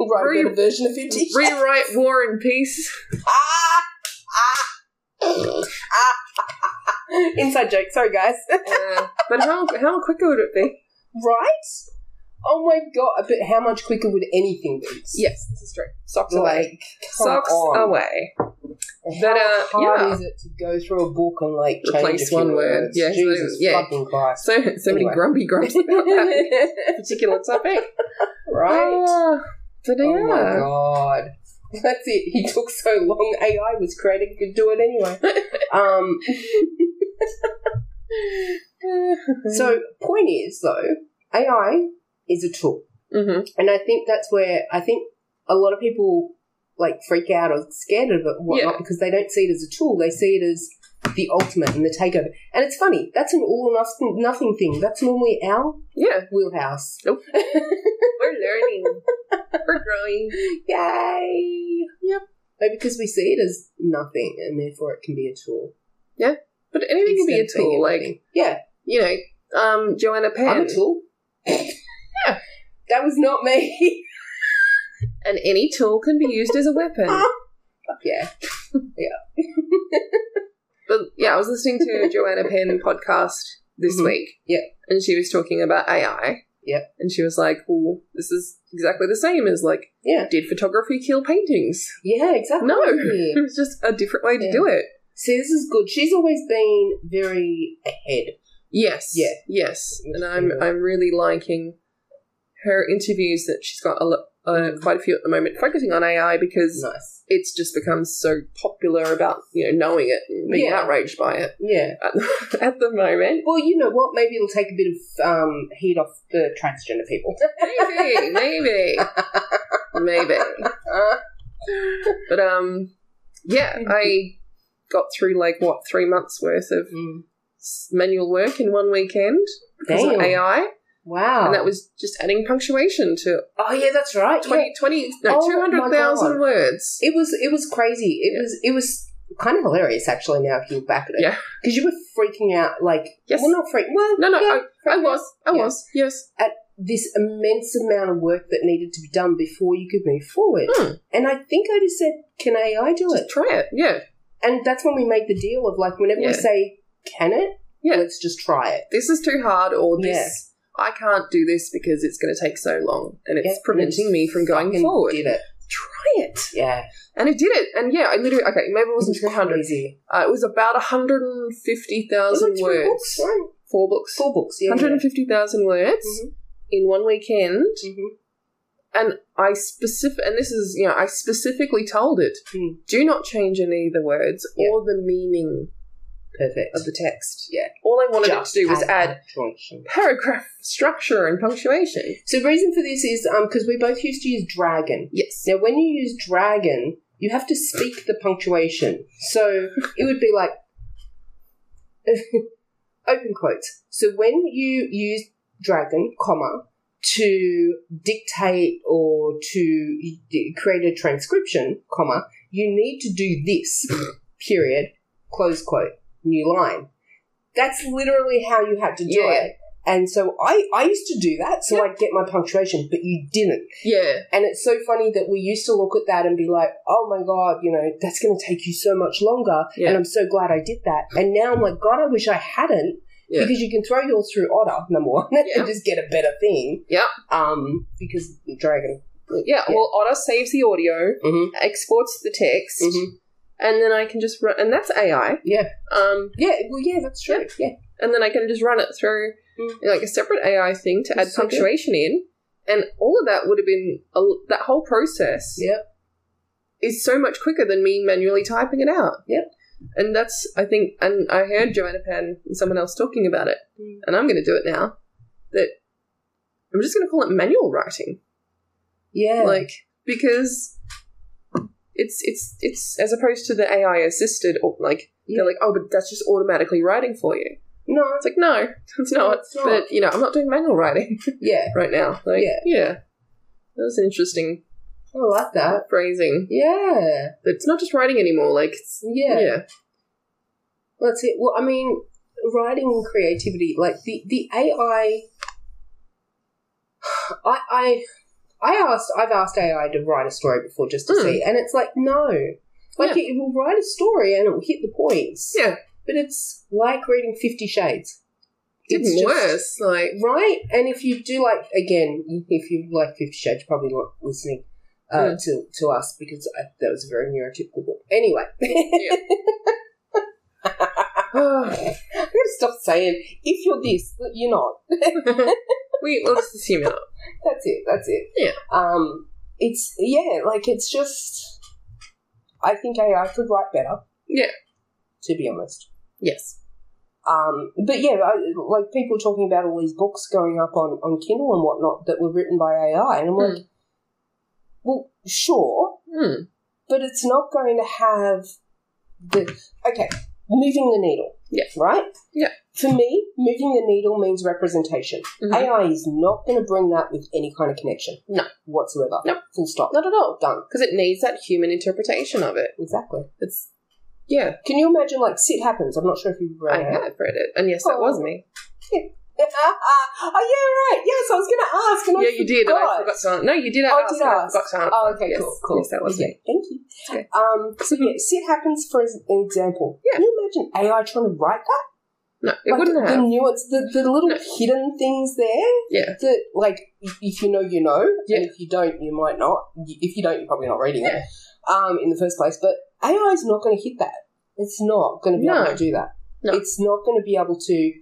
S1: Write
S2: Re-
S1: a better version of Fifty Shades.
S2: Rewrite War and Peace.
S1: ah! Ah! Ah! Inside joke. Sorry, guys.
S2: Uh, but how how quicker would it be?
S1: Right? Oh my god! But how much quicker would anything be?
S2: Yes, this is true. Socks away.
S1: Like, come
S2: Socks
S1: on.
S2: away.
S1: How
S2: But, uh,
S1: hard
S2: yeah.
S1: is it to go through a book and like change
S2: Replace
S1: a few
S2: one word.
S1: words?
S2: Yeah,
S1: Jesus
S2: yeah.
S1: fucking Christ.
S2: So so many
S1: Anyway.
S2: grumpy grumps about that particular topic.
S1: right?
S2: Ah, but yeah.
S1: Oh my god. That's it. He took so long. AI was created. Could do it anyway. um,
S2: Mm.
S1: so point is though, AI is a tool,
S2: hmm
S1: and I think that's where I think a lot of people like freak out or scared of it and whatnot
S2: Yeah.
S1: because they don't see it as a tool. They see it as the ultimate and the takeover. And it's funny. That's an all or nothing, nothing thing. That's normally our
S2: yeah,
S1: wheelhouse.
S2: we're learning, we're growing.
S1: Yay! Yep. But because we see it as nothing, and therefore it can be a tool.
S2: But anything can be a
S1: Instead of being
S2: tool. Like
S1: everything. yeah,
S2: you know, um, Joanna
S1: I'm
S2: Penn
S1: a tool. yeah, that was not me.
S2: and any tool can be used as a weapon.
S1: Fuck yeah,
S2: But yeah, I was listening to a Joanna Penn podcast this
S1: Mhm.
S2: week.
S1: Yeah.
S2: And she was talking about AI.
S1: Yeah.
S2: And she was like, well, this is exactly the same as like,
S1: Yeah.
S2: did photography kill paintings?
S1: yeah, exactly.
S2: No. It was just a different way to
S1: Yeah.
S2: do it.
S1: See, this is good. She's always been very ahead.
S2: Yes.
S1: Yeah.
S2: Yes.
S1: It's
S2: And I'm
S1: pretty good.
S2: I'm really liking her interviews that she's got a lo- uh, quite a few at the moment focusing on AI because
S1: Nice.
S2: it's just become so popular about, you know, knowing it and being
S1: Yeah.
S2: outraged by it
S1: Yeah.
S2: at the, at the moment.
S1: Well, you know what? Maybe it'll take a bit of um, heat off the transgender people.
S2: maybe, maybe, maybe.
S1: Uh,
S2: But um, yeah, I got through like what three months worth of
S1: Mm.
S2: s- manual work in one weekend because of
S1: Damn.
S2: AI,
S1: Wow.
S2: and that was just adding punctuation to
S1: oh yeah, that's right. Yeah.
S2: 20, 20 no,
S1: Oh my
S2: 200,000
S1: God.
S2: words.
S1: It was it was crazy. It
S2: Yeah.
S1: was it was kind of hilarious actually. Now if you look back at it,
S2: Yeah.
S1: because you were freaking out like
S2: Yes.
S1: well not freaking well
S2: No, no,
S1: yeah,
S2: I, I was, I
S1: Yeah.
S2: was, yes.
S1: this immense amount of work that needed to be done before you could move forward.
S2: Hmm.
S1: And I think I just said, "Can AI do
S2: Just
S1: it?"
S2: try it, yeah.
S1: And that's when we made the deal of like, whenever
S2: Yeah.
S1: we say, "Can it?"
S2: Yeah.
S1: let's just try it.
S2: This is too hard, or this.
S1: Yeah.
S2: I can't do this because it's going to take so long, and it's
S1: Yeah, and
S2: preventing
S1: it
S2: me from going
S1: fucking
S2: forward.
S1: Did it?
S2: Try it.
S1: Yeah,
S2: And I did it. And yeah, I literally, okay, maybe it wasn't
S1: It was
S2: 200.
S1: crazy.
S2: Uh, it was about
S1: It was
S2: 150,000
S1: like
S2: words.
S1: three books, right?
S2: Four books.
S1: Four books. Yeah, yeah.
S2: 150,000 words
S1: Mhm.
S2: in one weekend.
S1: Mhm.
S2: And I specific, and this is, you know, I specifically told it
S1: Mm.
S2: do not change any of the words
S1: Yeah.
S2: or the meaning
S1: Perfect.
S2: of the text.
S1: Yeah.
S2: All I wanted it to do was add
S1: punctuation.
S2: paragraph structure and punctuation.
S1: So the reason for this is because we both used to use dragon.
S2: Yes.
S1: Now, when you use dragon, you have to speak the punctuation. So it would be like open quotes. So when you use dragon, comma, to dictate or to d- create a transcription, comma, you need to do this, period, close quote, new line. That's literally how you had to do
S2: Yeah.
S1: it. And so I, I used to do that, so
S2: Yeah.
S1: I'd get my punctuation, but you didn't.
S2: Yeah.
S1: And it's so funny that we used to look at that and be like, oh my God, you know, that's going to take you so much longer.
S2: Yeah.
S1: And I'm so glad I did that. And now I'm like, God, I wish I hadn't.
S2: Yeah.
S1: Because you can throw yours through Otter, number one,
S2: Yeah.
S1: and just get a better thing.
S2: Yeah.
S1: Um, because Dragon.
S2: Yeah. Well, Otter saves the audio,
S1: Mhm.
S2: exports the text.
S1: Mhm.
S2: and then I can just run, and that's AI.
S1: Yeah.
S2: Um,
S1: Yeah, well, yeah, that's true. Yeah.
S2: and then I can just run it through
S1: Mm.
S2: like a separate AI thing to
S1: That's
S2: add
S1: so good.
S2: punctuation in, and all of that would have been a, l- that whole process
S1: Yep.
S2: is so much quicker than me manually typing it out.
S1: Yep.
S2: And that's I think, and I heard Joanna Penn and someone else talking about it,
S1: Mm.
S2: and I'm going to do it now. That I'm just going to call it manual writing,
S1: Yeah.
S2: like because. It's it's it's as opposed to the AI assisted or like
S1: Yeah.
S2: they're like, oh, but that's just automatically writing for you. No, it's like no, it's not.
S1: It's not.
S2: But you know, I'm not doing manual writing
S1: Yeah.
S2: right now. Like,
S1: Yeah.
S2: yeah. That was an interesting
S1: I like that.
S2: phrasing.
S1: Yeah.
S2: That It's not just writing anymore. Like, it's,
S1: Yeah.
S2: yeah.
S1: That's it. Well, I mean, writing and creativity, like the, the AI. I, I I asked I've asked AI to write a story before just to
S2: Hmm.
S1: see, and it's like no, like it, it will write a story and it will hit the points.
S2: Yeah.
S1: but it's like reading Fifty Shades.
S2: It's
S1: It's
S2: even
S1: just-
S2: worse. Like,
S1: right? And if you do like again, if you like Fifty Shades, you're probably not listening uh,
S2: Mm.
S1: to to us because I, that was a very neurotypical book. Anyway, I'm gonna stop saying if you're this, you're not.
S2: we will just assume it.
S1: That's it. That's it.
S2: Yeah.
S1: Um. It's yeah. Like it's just. I think AI could write better.
S2: Yeah.
S1: To be honest.
S2: Yes.
S1: Um, but yeah, I, like people talking about all these books going up on, on Kindle and whatnot that were written by AI, and I'm like, well, sure,
S2: Hmm.
S1: but it's not going to have the okay moving the needle.
S2: Yeah.
S1: Right.
S2: Yeah.
S1: For me, moving the needle means representation.
S2: Mhm.
S1: AI is not going to bring that with any kind of connection.
S2: No.
S1: Whatsoever.
S2: No.
S1: Full stop.
S2: Not at all.
S1: Done.
S2: Because it needs that human interpretation of it.
S1: Exactly.
S2: It's, yeah,
S1: Can you imagine like sit happens? I'm not sure if you've
S2: I
S1: read it.
S2: have read it. And yes, that was me.
S1: oh yeah, right. Yes, I was going to ask. And I
S2: yeah, you did. And I forgot to answer. No, you did
S1: Oh, I
S2: ask.
S1: did
S2: and I
S1: ask.
S2: forgot to answer.
S1: Oh, okay,
S2: Yes,
S1: cool, cool.
S2: yes, that was
S1: okay, Thank you.
S2: Okay.
S1: Um, so yeah, see, it happens for as- an example.
S2: Yeah.
S1: Can you imagine AI trying to write that?
S2: No, it
S1: Like,
S2: wouldn't
S1: the
S2: have.
S1: nuance, the, the little
S2: No.
S1: hidden things there.
S2: Yeah.
S1: That like, if, if you know, you know,
S2: Yeah.
S1: and if you don't, you might not. Y- If you don't, you're probably not reading
S2: Yeah.
S1: it. Um, in the first place, but AI is not going to hit that. It's not going to be
S2: No.
S1: able to do that.
S2: No.
S1: It's not going to be able to.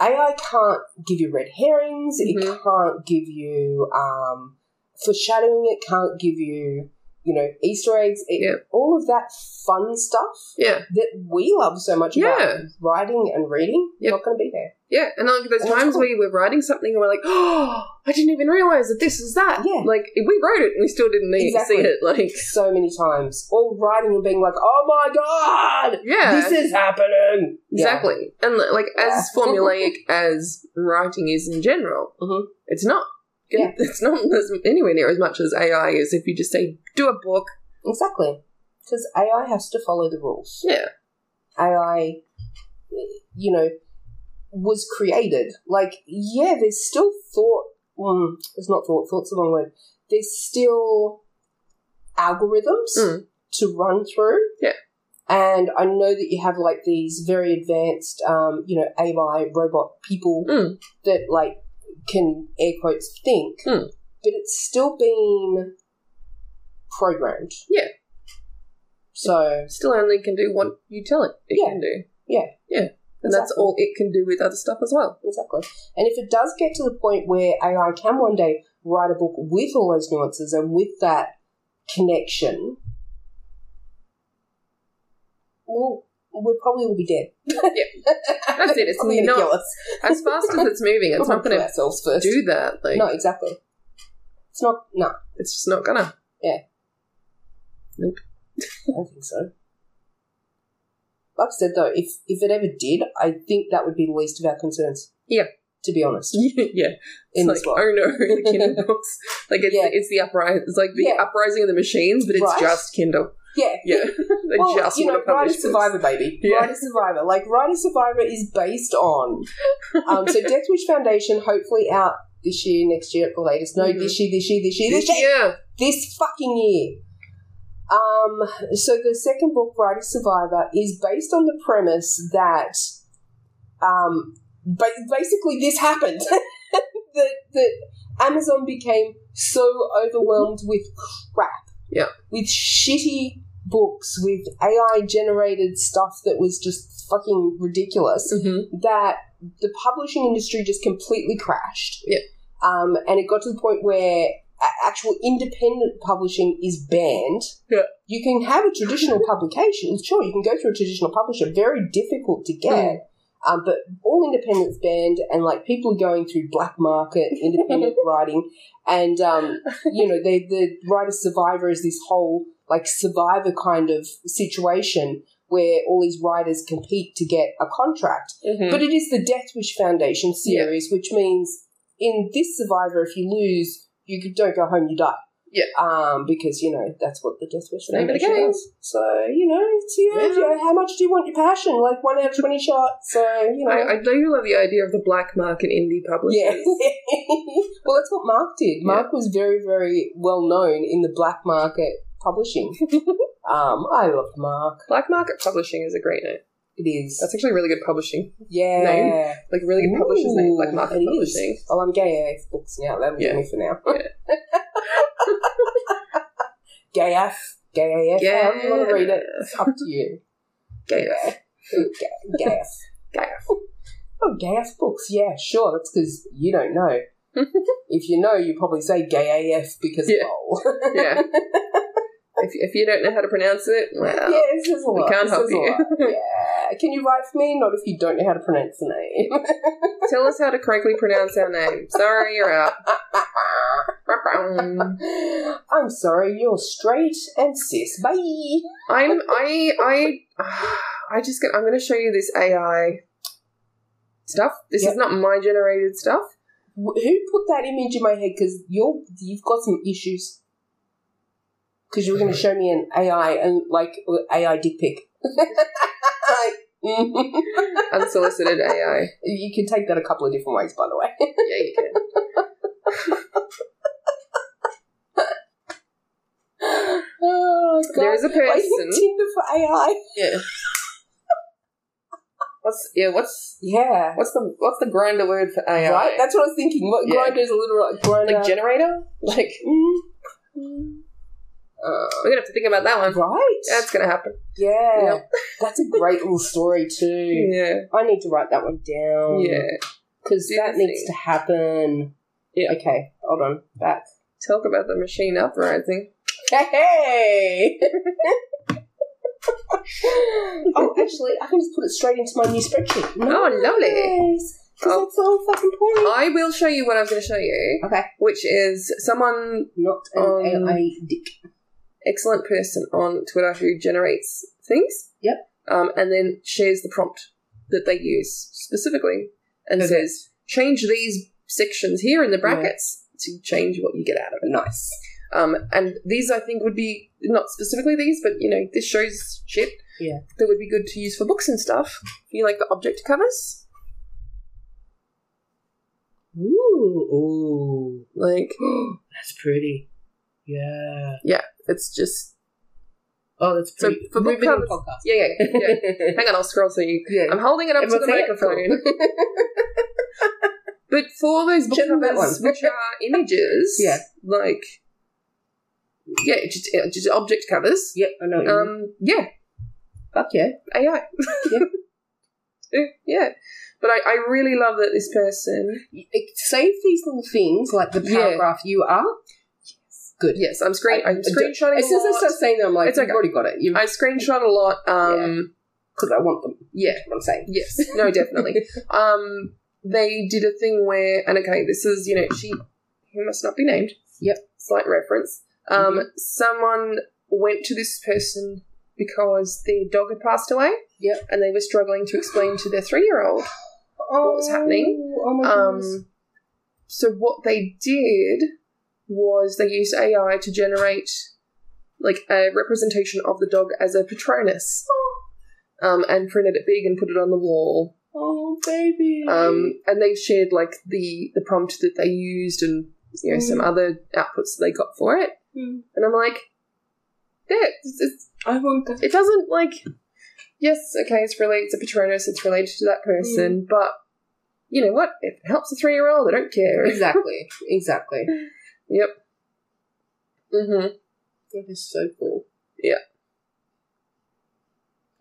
S1: AI can't give you red herrings. It
S2: Mhm.
S1: can't give you um, foreshadowing. It can't give you, you know, Easter eggs. It,
S2: Yeah.
S1: All of that fun stuff
S2: Yeah.
S1: that we love so much
S2: Yeah.
S1: about writing and reading,
S2: Yep.
S1: not going to be there.
S2: Yeah, and like there's
S1: And that's
S2: times
S1: cool.
S2: where you were writing something and we're like, oh, I didn't even realize that this is that.
S1: Yeah.
S2: Like we wrote it and we still didn't even
S1: Exactly.
S2: see it. Like,
S1: So many times, all writing and being like, "Oh my god,
S2: yeah,
S1: this is happening." Yeah.
S2: exactly. And li- like as
S1: Yeah.
S2: formulaic as writing is in general,
S1: Mhm.
S2: it's not.
S1: Yeah.
S2: It's not as, anywhere near as much as AI is if you just say do a book.
S1: Exactly. Because AI has to follow the rules.
S2: Yeah.
S1: AI, you know, was created. Like, yeah, there's still thought. Mm, it's not thought, thought's the wrong word. There's still algorithms
S2: Mm.
S1: to run through.
S2: Yeah.
S1: And I know that you have like these very advanced, um, you know, AI robot people
S2: Mm.
S1: that like can air quotes think,
S2: Mm.
S1: but it's still been programmed.
S2: Yeah.
S1: So
S2: Still only can do what you tell it it
S1: Yeah.
S2: can do.
S1: Yeah.
S2: Yeah. And that's
S1: Exactly.
S2: all it can do with other stuff as well.
S1: exactly. And if it does get to the point where AI can one day write a book with all those nuances and with that connection, well, we probably will be dead.
S2: That's it. It's
S1: I'm gonna kill
S2: not
S1: us.
S2: as fast as it's moving. It's
S1: We'll
S2: not
S1: kill
S2: going to
S1: ourselves first.
S2: do that. Like
S1: no, exactly. It's not. No, I
S2: it's just not gonna.
S1: don't think so. Like I said though, if if it ever did, I think that would be the least of our concerns.
S2: Yeah.
S1: To be honest,
S2: yeah.
S1: in
S2: it's
S1: this
S2: like,
S1: world,
S2: oh no, the Kindle books. Like it's
S1: Yeah.
S2: it's the uprising. It's like the
S1: Yeah.
S2: uprising of the machines, but it's
S1: Right.
S2: just Kindle.
S1: yeah.
S2: Yeah, they
S1: Well,
S2: just
S1: you know,
S2: want to publish
S1: Rider
S2: this.
S1: Survivor, baby.
S2: Yeah.
S1: Rider Survivor. Like, Rider Survivor is based on. Um, so, Death Wish Foundation, hopefully out this year, next year at the latest. No,
S2: Mhm.
S1: this year, this year, this year, this year.
S2: Yeah,
S1: This fucking year. Um, so, the second book, Rider Survivor, is based on the premise that um, ba- basically this happened. that, that Amazon became so overwhelmed with crap.
S2: Yeah.
S1: With shitty books, with AI generated stuff that was just fucking ridiculous,
S2: Mhm.
S1: that the publishing industry just completely crashed.
S2: Yeah.
S1: Um, and it got to the point where a- actual independent publishing is banned.
S2: Yeah.
S1: You can have a traditional publication, sure, you can go through a traditional publisher, very difficult to get.
S2: Mm.
S1: Um, but all independents banned, and like people are going through black market independent writing, and um, you know the the writer survivor is this whole like survivor kind of situation where all these writers compete to get a contract.
S2: Mhm.
S1: But it is the Death Wish Foundation series, which means in this Survivor, if you lose, you don't go home, you die.
S2: Yeah.
S1: Um, because you know that's what the Death Wish
S2: Name of the
S1: Foundation
S2: game.
S1: does. So you know, it's yeah,
S2: Yeah.
S1: yeah, How much do you want your passion? Like one out of twenty shot. So you know,
S2: I, I do love the idea of the black market indie publishers.
S1: yeah. well, that's what Mark did. Mark was very, very well known in the black market publishing. um, I love Mark.
S2: Black market publishing is a great name.
S1: It is.
S2: That's actually really good publishing.
S1: yeah.
S2: name. Like a really good publisher's name, Black
S1: Ooh,
S2: Market
S1: it is.
S2: Publishing.
S1: Oh, I'm gay AF books now. That'll
S2: Yeah.
S1: do me for now. gay AF. Gay AF. However you want to read it. It's up to you.
S2: Gay.
S1: Yeah. Gay- Gay AF.
S2: Gay.
S1: Oh, gay AF books. Yeah, sure. That's because you don't know. if you know, you probably say gay AF because
S2: Yeah.
S1: lol.
S2: Yeah. if, if you don't know how to pronounce it, well,
S1: Yeah, this is a
S2: We
S1: lot.
S2: can't
S1: This
S2: help
S1: is a
S2: you.
S1: lot. Yeah. Can you write for me? Not if you don't know how to pronounce the name.
S2: tell us how to correctly pronounce our name. Sorry, you're out.
S1: I'm sorry, you're straight and cis. Bye.
S2: I'm I I I just get I'm going to show you this AI stuff. This
S1: Yep.
S2: is not my generated stuff.
S1: Wh- Who put that image in my head? Because you're you've got some issues. Because you were going to show me an AI and like AI dick pic. you
S2: Unsolicited AI.
S1: can take that a couple of different ways, by the way.
S2: Yeah, you can.
S1: Oh, God.
S2: There is a
S1: Why
S2: person.
S1: you Tinder for AI.
S2: Yeah. What's yeah? What's
S1: Yeah.
S2: what's the what's the grinder word for AI?
S1: Right? That's what I was thinking. What
S2: Yeah.
S1: grinder's a little like grinder.
S2: like generator. Like uh,
S1: Mm.
S2: we're gonna have to think about that one.
S1: Right?
S2: That's gonna happen.
S1: yeah.
S2: Yep.
S1: That's a great little story, too.
S2: Yeah,
S1: I need to write that one down.
S2: yeah.
S1: Because
S2: Do
S1: that
S2: the
S1: needs
S2: thing.
S1: to happen.
S2: Yeah.
S1: Okay, hold on. Back.
S2: Talk about the machine uprising.
S1: Hey! oh, actually, I can just put it straight into my new spreadsheet.
S2: Oh, lovely.
S1: Because
S2: Oh.
S1: that's the whole fucking point.
S2: I will show you what I was gonna show you,
S1: Okay.
S2: which is someone
S1: Not an
S2: Um,
S1: AI dick.
S2: excellent person on Twitter who generates things.
S1: Yep.
S2: Um, and then shares the prompt that they use specifically and
S1: Okay.
S2: says, change these sections here in the
S1: Yeah.
S2: brackets to change what you get out of it.
S1: Nice.
S2: Um, and these I think would be not specifically these, but you know, this shows shit
S1: Yeah.
S2: that would be good to use for books and stuff. You like the object covers?
S1: Ooh.
S2: Like
S1: Ooh. that's pretty. Yeah.
S2: it's just
S1: Oh, that's
S2: So,
S1: pretty.
S2: for book
S1: Riveting
S2: covers-
S1: podcast. Um,
S2: yeah, yeah, yeah. Hang on, I'll scroll so you.
S1: yeah.
S2: I'm holding it up to
S1: Everyone
S2: the
S1: say it?
S2: microphone. but for those book
S1: Check out that
S2: covers,
S1: one.
S2: which are images,
S1: Yeah.
S2: like yeah, it's just, it's just object covers.
S1: Yep, I know. what you mean.
S2: Um, yeah,
S1: Fuck Mm-hmm. yeah.
S2: AI.
S1: Yeah.
S2: yeah, yeah. But I, I really love that this person.
S1: It- save these little things like the
S2: Yeah.
S1: paragraph you are. Good.
S2: Yes, I'm screen.
S1: I-
S2: I'm screenshotting
S1: As soon as I
S2: a
S1: start saying them, I'm like,
S2: It's okay.
S1: you've already got it. You
S2: lot. I screenshot a lot. Um,
S1: because I want them.
S2: yeah.
S1: That's what I'm saying.
S2: Yes, no, definitely. um, they did a thing where, and okay, this is you know she, he must not be named.
S1: Yep. Mm-hmm.
S2: slight reference. Um, someone went to this person because their dog had passed away.
S1: Yep.
S2: and they were struggling to explain to their three-year-old.
S1: What
S2: was happening?
S1: Oh my goodness.
S2: Um, so what they did was they used AI to generate like a representation of the dog as a Patronus. Um, and printed it big and put it on the wall
S1: Oh baby.
S2: um, and they shared like the the prompt that they used and you know some
S1: Mm.
S2: other outputs they got for it
S1: Mm.
S2: and i'm like that it's, it's,
S1: I want that.
S2: it doesn't like yes okay it's related it's a patronus it's related to that
S1: Mm.
S2: person but you know what if it helps a three-year-old i don't care
S1: Exactly. Exactly.
S2: yep mm-hmm
S1: That is so cool.
S2: Yeah.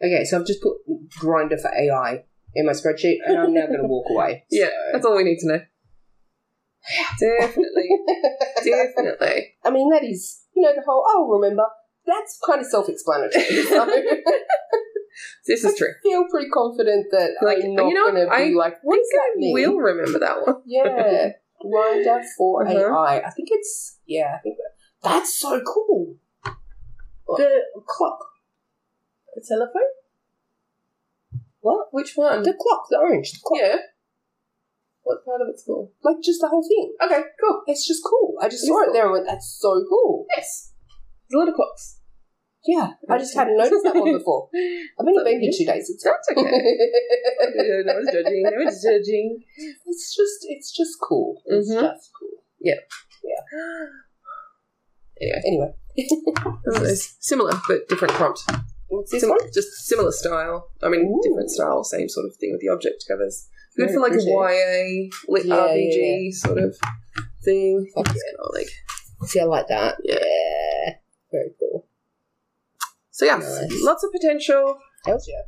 S1: Okay, so I've just put grinder for AI in my spreadsheet, and I'm now going to walk away.
S2: yeah
S1: So-
S2: that's all we need to know definitely definitely
S1: I mean, that is, you know, the whole, oh, remember, that's kind of self explanatory. So I
S2: this is true
S1: feel pretty confident that
S2: Like,
S1: I'm not
S2: you know,
S1: going to
S2: I
S1: be like, what does that mean?
S2: we'll remember that one
S1: Yeah. Grinder for
S2: Uh-huh.
S1: AI. I think it's, yeah, I think that- that's so cool. The clock.
S2: a telephone
S3: What?
S2: Which one?
S3: The clock, the orange, the clock.
S2: yeah. What part of it's cool?
S1: Like just the whole thing.
S2: Okay, cool.
S1: It's just cool. I just
S2: It is
S1: saw it
S2: cool.
S1: there and went, that's so cool.
S2: Yes. The little clocks.
S1: Yeah, I just hadn't noticed that one before. I've only been here two days. It's
S2: That's okay.
S1: fine.
S2: no one's judging. No one's judging.
S1: it's just, it's just cool. It's
S2: Mhm.
S1: just cool.
S2: Anyway,
S1: Anyway,
S2: oh, it's similar but different prompt.
S1: what's this
S2: Sim-
S1: one?
S2: just similar style. I mean,
S1: Ooh.
S2: different style, same sort of thing with the object covers. Good
S3: Very
S2: for like a
S3: appreciative.
S2: YA lit
S3: Yeah,
S2: RPG
S3: yeah,
S2: sort of thing.
S3: Fuck
S2: It's kinda like-
S3: See, I like that.
S2: Yeah.
S3: Very cool.
S2: so yeah,
S3: Nice.
S2: lots of potential.
S1: Hells yeah.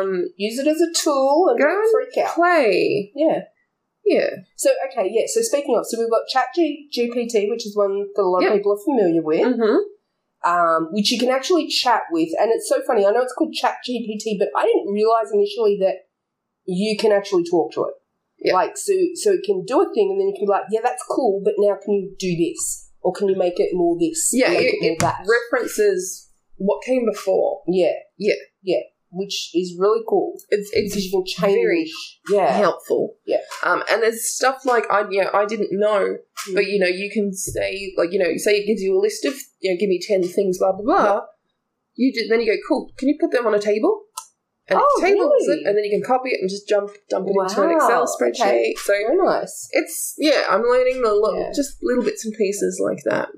S2: Um,
S1: Use it as a tool and
S2: Go
S1: don't
S2: and
S1: freak out.
S2: play.
S1: Yeah.
S2: Yeah.
S1: So okay, yeah. So speaking of, so we've got Chat G- GPT, which is one that a lot
S2: Yeah.
S1: of people are familiar with,
S2: Mm-hmm.
S1: um, which you can actually chat with, and it's so funny. I know it's called Chat GPT, but I didn't realize initially that you can actually talk to it.
S2: Yeah.
S1: Like so, so it can do a thing, and then you can be like, "Yeah, that's cool, but now can you do this, or can you make it more this?
S2: Yeah,
S1: make
S2: it, it references what came before.
S1: yeah,
S2: Yeah.
S1: yeah." Which is really cool
S2: It's it's
S1: because you can change.
S2: very
S1: yeah,
S2: helpful.
S1: Yeah.
S2: Um, and there's stuff like I yeah I didn't know,
S1: Mm.
S2: but you know you can say like you know say it gives you a list of you know give me ten things blah blah blah. You just, then you go cool. Can you put them on a table? And
S1: Oh,
S2: it tables
S1: really?
S2: it, and then you can copy it and just jump dump it into an
S1: Wow,
S2: Excel spreadsheet.
S1: okay.
S2: So
S1: very nice.
S2: it's yeah I'm learning the little,
S1: Yeah.
S2: just little bits and pieces like that.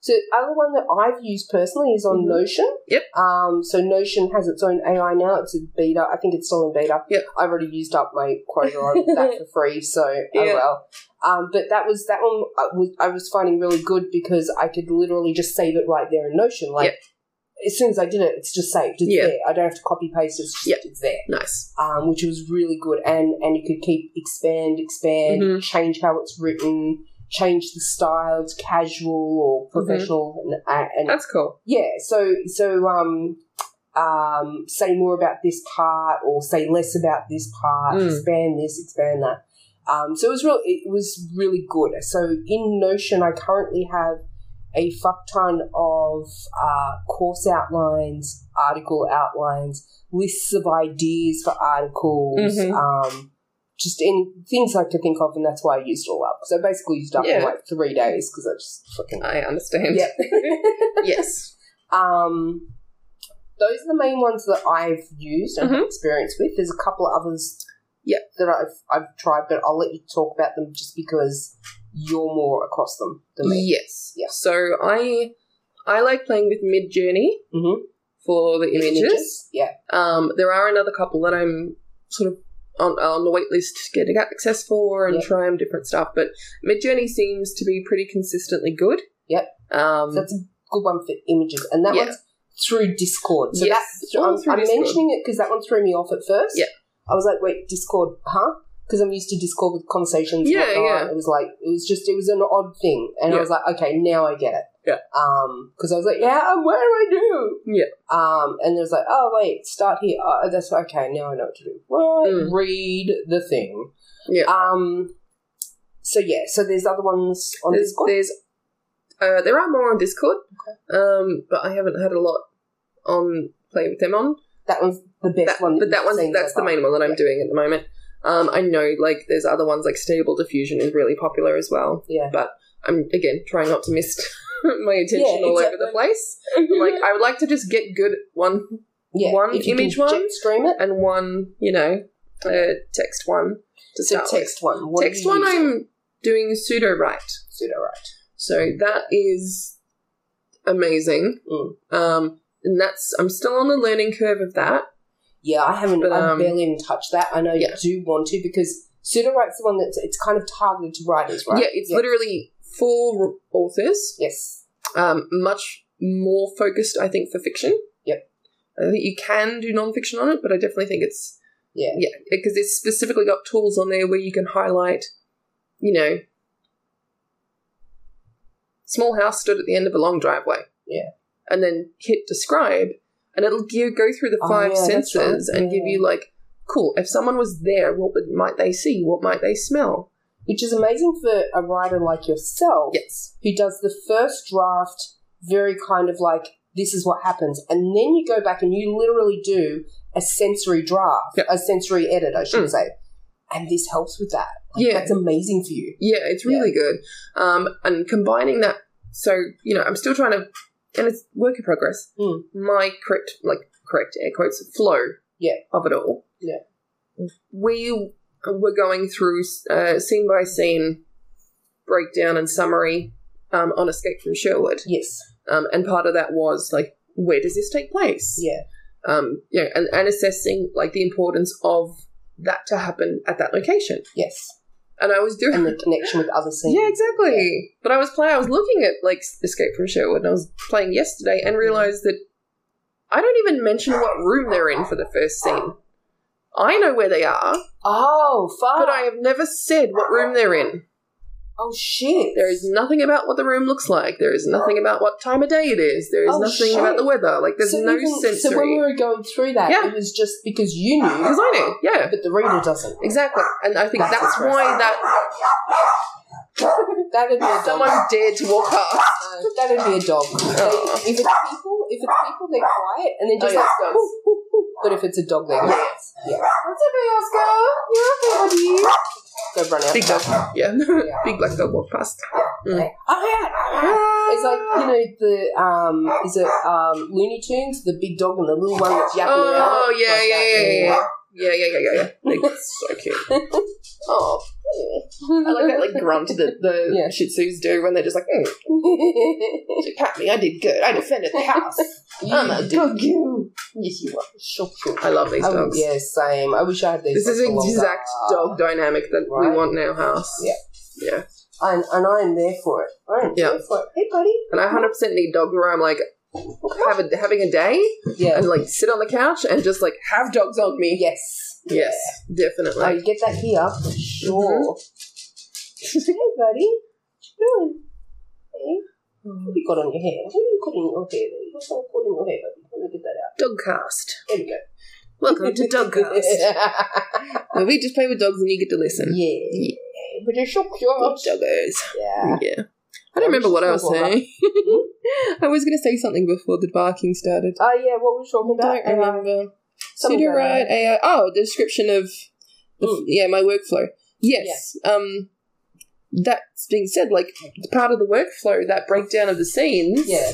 S1: So the other one that I've used personally is on
S2: Mhm.
S1: Notion.
S2: Yep.
S1: Um, so Notion has its own AI now. It's a beta. I think it's still in beta.
S2: Yep.
S1: I've already used up my quota on that for free, so
S2: Yeah.
S1: oh well. Um, but that was that one I was, I was finding really good because I could literally just save it right there in Notion. Like
S2: Yep.
S1: as soon as I did it, it's just saved. It's
S2: Yeah.
S1: there. I don't have to copy paste. It's just
S2: Yep.
S1: it's there
S2: Nice.
S1: um, which was really good. And and you could keep expand, expand,
S2: Mhm.
S1: change how it's written, change the style to casual or professional, and, and
S2: That's cool.
S1: yeah. So so um, um, say more about this part, or say less about this part,
S2: Mm.
S1: expand this, expand that. Um, so it was real. It was really good. So in Notion, I currently have a fuck ton of uh, course outlines, article outlines, lists of ideas for articles,
S2: Mhm.
S1: um, just any things I could think of, and that's why I used it all up. So I basically used it up in
S2: Yeah.
S1: like three days because I just fucking
S2: I understand.
S1: yeah.
S2: yes.
S1: Um, those are the main ones that I've used and have experience with. There's a couple of others
S2: Yeah.
S1: that I've, I've tried, but I'll let you talk about them just because you're more across them than me.
S2: Yes.
S1: Yeah.
S2: So I I like playing with Mid Journey
S1: Mhm.
S2: for the images.
S1: Yeah.
S2: Um, there are another couple that I'm sort of on, on the wait list to get access for and
S1: Yep.
S2: try and different stuff, but Mid Journey seems to be pretty consistently good.
S1: Yep.
S2: Um,
S1: So that's a good one for images. And that
S2: Yeah.
S1: one's through Discord. So
S2: Yes,
S1: that's
S2: all
S1: I'm,
S2: through
S1: I'm
S2: Discord.
S1: mentioning it because that one threw me off at first.
S2: Yeah.
S1: I was like, wait, Discord, huh? Because I'm used to Discord with conversations.
S2: Yeah,
S1: Yeah, yeah.
S2: yeah.
S1: It was like it was just it was an odd thing, and
S2: Yeah.
S1: I was like, okay, now I get it.
S2: Yeah.
S1: Um, because I was like, yeah, um, what do I do?
S2: Yeah.
S1: Um, and it was like, oh wait, start here. Oh, that's okay. Now I know what to do. What?
S2: Mm.
S1: Read the thing.
S2: Yeah.
S1: Um. So yeah, so there's other ones on
S2: there's,
S1: Discord.
S2: there's uh, there are more on Discord, um, but I haven't had a lot on play with them on.
S1: That one's the best
S2: that,
S1: one.
S2: But that
S1: we've
S2: one's
S1: seen so
S2: that's the
S1: far.
S2: main one that I'm
S1: Yeah.
S2: doing at the moment. Um, I know like there's other ones like Stable Diffusion is really popular as well.
S1: Yeah.
S2: But I'm again trying not to miss my attention
S1: Yeah,
S2: all over
S1: exactly.
S2: the place. like
S1: Mm-hmm.
S2: I would like to just get good at one one
S1: if you
S2: image
S1: can
S2: one.
S1: jet stream it.
S2: and one, you know, uh, text one to
S1: So
S2: start
S1: text one. What
S2: with.
S1: are
S2: Text
S1: you
S2: one
S1: using?
S2: I'm doing pseudo write.
S1: pseudo right.
S2: So that is amazing.
S1: Mm.
S2: Um and that's I'm still on the learning curve of that.
S1: Yeah, I haven't.
S2: But,
S1: I
S2: um,
S1: barely even touched that. I know
S2: yeah.
S1: you do want to because pseudo right's the one that's it's kind of targeted to writers, right?
S2: Yeah, it's literally for authors.
S1: yes.
S2: um, much more focused, I think, for fiction.
S1: Yep.
S2: I think you can do nonfiction on it, but I definitely think it's
S1: Yeah.
S2: yeah because it's specifically got tools on there where you can highlight, you know, small house stood at the end of a long driveway.
S1: Yeah.
S2: and then hit describe, and it'll give, go through the
S1: Oh,
S2: five
S1: yeah, that's right.
S2: senses and give
S1: Yeah.
S2: you like, cool. If someone was there, what would, might they see? What might they smell?
S1: Which is amazing for a writer like yourself
S2: Yes.
S1: who does the first draft very kind of like this is what happens. And then you go back and you literally do a sensory draft,
S2: Yep.
S1: a sensory edit, I should
S2: Mm.
S1: say. And this helps with that.
S2: Yeah.
S1: That's amazing for you.
S2: Yeah, it's really good. Um, and combining that, so you know, I'm still trying to, and it's work in progress.
S1: Mm.
S2: My correct, like correct air quotes flow.
S1: Yeah.
S2: of it all.
S1: Yeah.
S2: we were going through uh, scene by scene breakdown and summary um, on Escape from Sherwood,
S1: Yes.
S2: um, and part of that was like, where does this take place?
S1: Yeah.
S2: um, you know, and, and assessing like the importance of that to happen at that location.
S1: Yes.
S2: And I was doing
S1: And the connection with other scenes.
S2: yeah, exactly. But I was playing. I was looking at like Escape from Sherwood, and I was playing yesterday, and
S1: Mm-hmm.
S2: realized that I don't even mention what room they're in for the first scene. I know where they are,
S1: Oh, fuck.
S2: but I have never said what room they're in.
S1: oh, shit.
S2: There is nothing about what the room looks like. There is nothing about what time of day it is. There is
S1: Oh,
S2: nothing
S1: shit.
S2: about the weather. Like there's
S1: So
S2: no
S1: even-
S2: sensory.
S1: So when we were going through that,
S2: Yeah. Uh-huh.
S1: it was just because you knew,
S2: because I know, yeah,
S1: but the reader doesn't.
S2: exactly, and I think
S1: That's
S2: that's
S1: interesting.
S2: why that
S1: That'd be a dog.
S2: someone dared to walk past.
S1: No, that'd be a dog.
S2: Oh.
S1: They- if it's people, if it's people, they're quiet and then
S2: Oh,
S1: just
S2: yeah.
S1: like "Woo, woo, woo." But if it's a dog, they're like, yeah,
S2: What's up, Oscar? You're okay, buddy.
S1: go run out.
S2: Big dog. Yeah. Big black dog walked past.
S1: Like, "Ah, ah, ah." It's like you know the um, is it um, Looney Tunes, the big dog and the little one that's yapping
S2: Oh,
S1: around.
S2: yeah,
S1: Like
S2: yeah,
S1: that,
S2: yeah, yeah, yeah. Yeah, yeah, yeah, yeah, yeah. Like, so cute. Oh, I like that like grunt that the
S1: Yeah.
S2: Shih Tzus do when they're just like, mm, you pat me, I did good, I defended the house. I'm a good you. Yes, you are.
S1: Sure, sure.
S2: I love these
S1: I would-
S2: dogs.
S1: Oh, yeah, same. I wish I had these.
S2: This is
S1: dogs for
S2: the
S1: longer.
S2: exact dog dynamic that
S1: Right.
S2: we want in our house.
S1: Yeah.
S2: Yeah.
S1: and, and I'm there for it. I'm
S2: Yeah.
S1: there for it. Hey, buddy.
S2: And I 100% need dogs where I'm like, have a, having a day
S1: Yeah.
S2: and like sit on the couch and just like have dogs on me.
S1: Yes.
S2: Yes, definitely.
S1: I get that here. for Sure.
S2: Mm-hmm.
S1: hey, buddy. What you doing? Hey, what do you got on your hair? What do you got in your hair? There? What's all caught in your hair, buddy? Let me get that out.
S2: Dogcast.
S1: There we go.
S2: Welcome to Dogcast, where we just play with dogs and you get to listen.
S1: yeah. But they're so
S2: Oh,
S1: cute.
S2: doggos.
S1: Yeah.
S2: Yeah. I don't remember what I was saying. I was going to say something before the barking started.
S1: Oh, yeah. What were we talking
S2: I
S1: about?
S2: don't
S1: AI.
S2: remember.
S1: Um, Something
S2: Pseudo
S1: about
S2: right AI. Oh, the description of the f-
S1: Mm.
S2: yeah my workflow. Yes. Um. That's being said, like part of the workflow, that breakdown of the scenes.
S1: Yeah.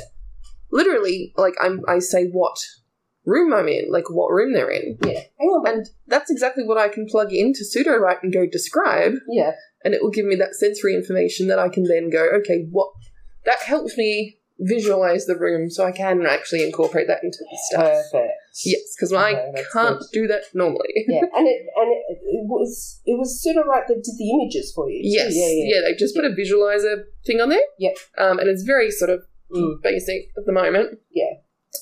S2: Literally, like I'm, I say what room I'm in, like what room they're in,
S1: Hang on.
S2: and that's exactly what I can plug into pseudo right and go describe.
S1: Yeah.
S2: and it will give me that sensory information that I can then go, okay, what that helps me visualize the room so I can actually incorporate that into the stuff.
S1: Perfect.
S2: Yes, because
S1: Okay,
S2: I
S1: that's
S2: can't
S1: good.
S2: do that normally.
S1: yeah, and it and it, it was it was sort of right that did the images for you. too.
S2: Yes, yeah,
S1: yeah, yeah.
S2: they just put a visualizer thing on there.
S1: Yep.
S2: Um, and it's very sort of
S1: Mm.
S2: basic at the moment.
S1: Yeah.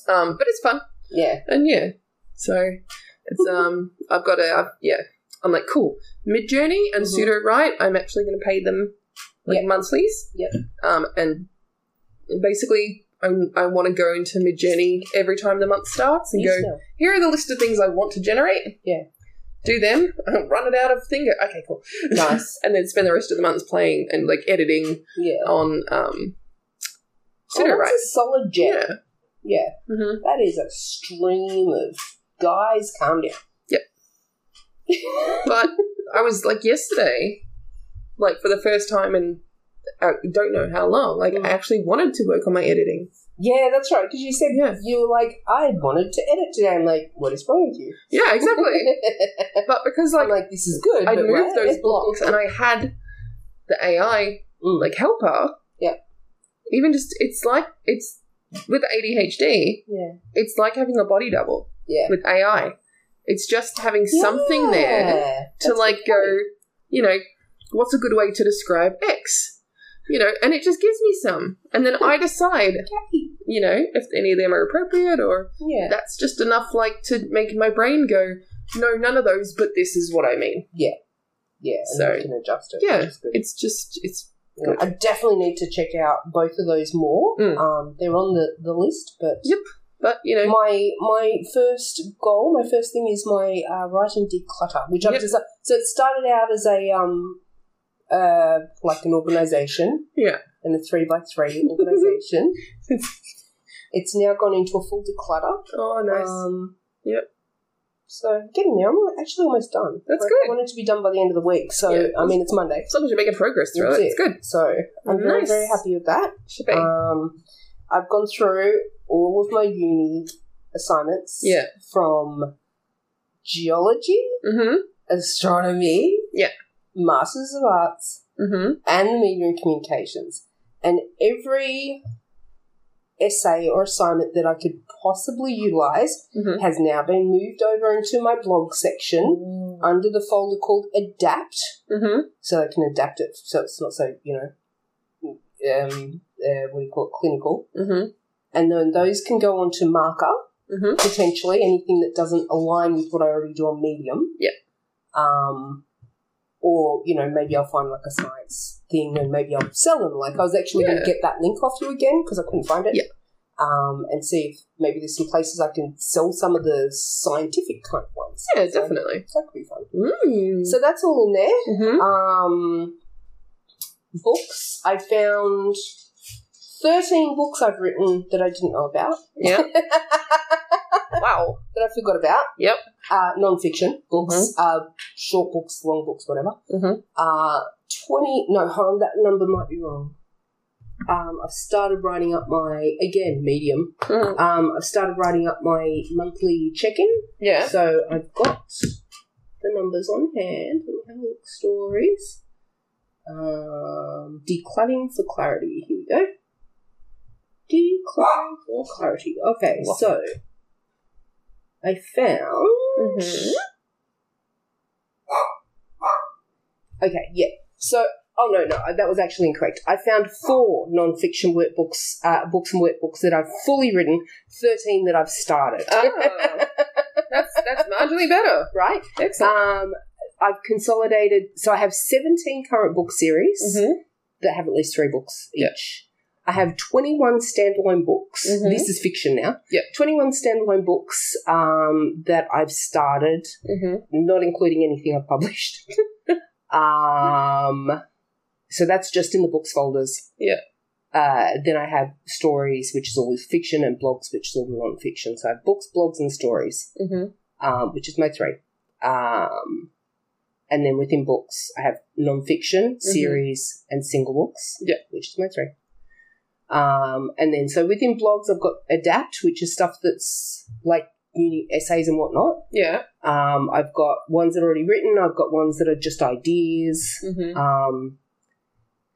S2: Um, but it's fun,
S1: yeah.
S2: and yeah, so it's um, I've got a I've, yeah, I'm like cool. Mid Journey and
S1: Mhm.
S2: Pseudo Right, I'm actually going to pay them like
S1: Yep.
S2: monthlies.
S1: Yep.
S2: Um, and basically, I'm, I want to go into Mid Journey every time the month starts and
S1: You
S2: go.
S1: still-
S2: Here are the list of things I want to generate.
S1: Yeah.
S2: Do them. Run it out of thing. Okay, cool.
S1: Nice.
S2: and then spend the rest of the month playing and like editing
S1: Yeah.
S2: on um.
S1: Oh,
S2: Pseudo
S1: that's
S2: Right.
S1: a Mm-hmm. solid gem. Yeah.
S2: hmm
S1: that is a stream of guys. Calm down.
S2: Yep. But I was like yesterday, like for the first time in I don't know how long. Like
S1: Mm.
S2: I actually wanted to work on my editing.
S1: yeah, that's right. Because you said
S2: Yeah.
S1: you were like, I wanted to edit today. I'm like, what is wrong with you?
S2: Yeah, exactly. but because
S1: I'm
S2: like
S1: like, this is good.
S2: I
S1: but
S2: moved
S1: why?
S2: those blocks and I had the AI
S1: Mm.
S2: like helper.
S1: Yeah.
S2: Even just it's like it's with ADHD,
S1: yeah,
S2: it's like having a body double
S1: yeah.
S2: with AI. It's just having something there
S1: Yeah.
S2: to like go, you know, what's a good way to describe X? You know, and it just gives me some. And then I decide, you know, if any of them are appropriate or
S1: Yeah.
S2: that's just enough like to make my brain go, no, none of those, but this is what I mean.
S1: Yeah, and
S2: So,
S1: you can adjust it.
S2: yeah,
S1: which is good.
S2: It's just it's
S1: Yeah, I definitely need to check out both of those more.
S2: Mm.
S1: Um, they're on the, the list, but
S2: Yep. but you know
S1: my my first goal, my first thing is my uh, writing declutter, which I've
S2: Yep.
S1: just so it started out as a um uh like an organisation,
S2: Yeah.
S1: and a three by three organisation. It's now gone into a full declutter.
S2: Oh, nice.
S1: Um,
S2: Yep.
S1: So getting there. I'm actually almost done.
S2: That's
S1: Like,
S2: good.
S1: I want it to be done by the end of the week. So
S2: Yeah.
S1: I mean, it's Monday.
S2: as long as you're making progress through
S1: That's
S2: it,
S1: it.
S2: it's good.
S1: So I'm very
S2: Nice.
S1: very happy with that.
S2: Should be.
S1: Um, I've gone through all of my uni assignments.
S2: yeah.
S1: From geology,
S2: Mm-hmm.
S1: astronomy.
S2: Yeah.
S1: Masters of Arts,
S2: Mm-hmm.
S1: and media and communications. And every essay or assignment that I could possibly utilize
S2: Mhm.
S1: has now been moved over into my blog section under the folder called Adapt,
S2: Mm-hmm.
S1: so I can adapt it so it's not so, you know, um, uh, what do you call it, clinical.
S2: Mm-hmm.
S1: And then those can go on to Marker,
S2: Mm-hmm.
S1: potentially, anything that doesn't align with what I already do on Medium.
S2: Yeah.
S1: Um, or, you know, maybe I'll find like a science thing and maybe I'll sell them. Like, I was actually going
S2: Yeah.
S1: to get that link off you again because I couldn't find it.
S2: Yeah.
S1: Um, and see if maybe there's some places I can sell some of the scientific kind of ones.
S2: Yeah,
S1: So
S2: definitely.
S1: that could be fun.
S2: Mm.
S1: So that's all in there.
S2: Mm-hmm.
S1: Um, books. I found 13 books I've written that I didn't know about.
S2: Yeah. wow.
S1: that I forgot about.
S2: Yep.
S1: Uh, non-fiction books, uh, short books, long books, whatever.
S2: Mhm.
S1: Uh, twenty. No, hold on, that number might be wrong. Um, I've started writing up my again medium.
S2: Mhm.
S1: Um, I've started writing up my monthly check-in,
S2: Yeah.
S1: so I've got the numbers on hand. Let me have a look. Stories. Um, decluttering for clarity. Here we go. Decluttering for clarity. Okay, so I found.
S2: Mm-hmm.
S1: Okay, yeah. So, oh no, no, that was actually incorrect. I found four non-fiction workbooks, uh, books and workbooks that I've fully written, thirteen that I've started.
S2: Oh, that's that's marginally better.
S1: right.
S2: Excellent.
S1: Um, I've consolidated. So I have seventeen current book series
S2: Mm-hmm.
S1: that have at least three books
S2: Yeah.
S1: each. I have 21 standalone books.
S2: Mhm.
S1: This is fiction now.
S2: Yeah.
S1: 21 standalone books um, that I've started,
S2: Mm-hmm.
S1: not including anything I've published. um, so that's just in the books folders.
S2: Yeah.
S1: Uh, then I have stories, which is all fiction, and blogs, which is all non-fiction. So I have books, blogs, and stories
S2: Mm-hmm.
S1: um, which is my three. Um, and then within books, I have nonfiction, series, and single books,
S2: Mm-hmm. Yeah.
S1: which is my three. Um, and then so within blogs, I've got Adapt, which is stuff that's like uni essays and whatnot.
S2: Yeah.
S1: Um, I've got ones that are already written, I've got ones that are just ideas.
S2: Mm-hmm.
S1: Um,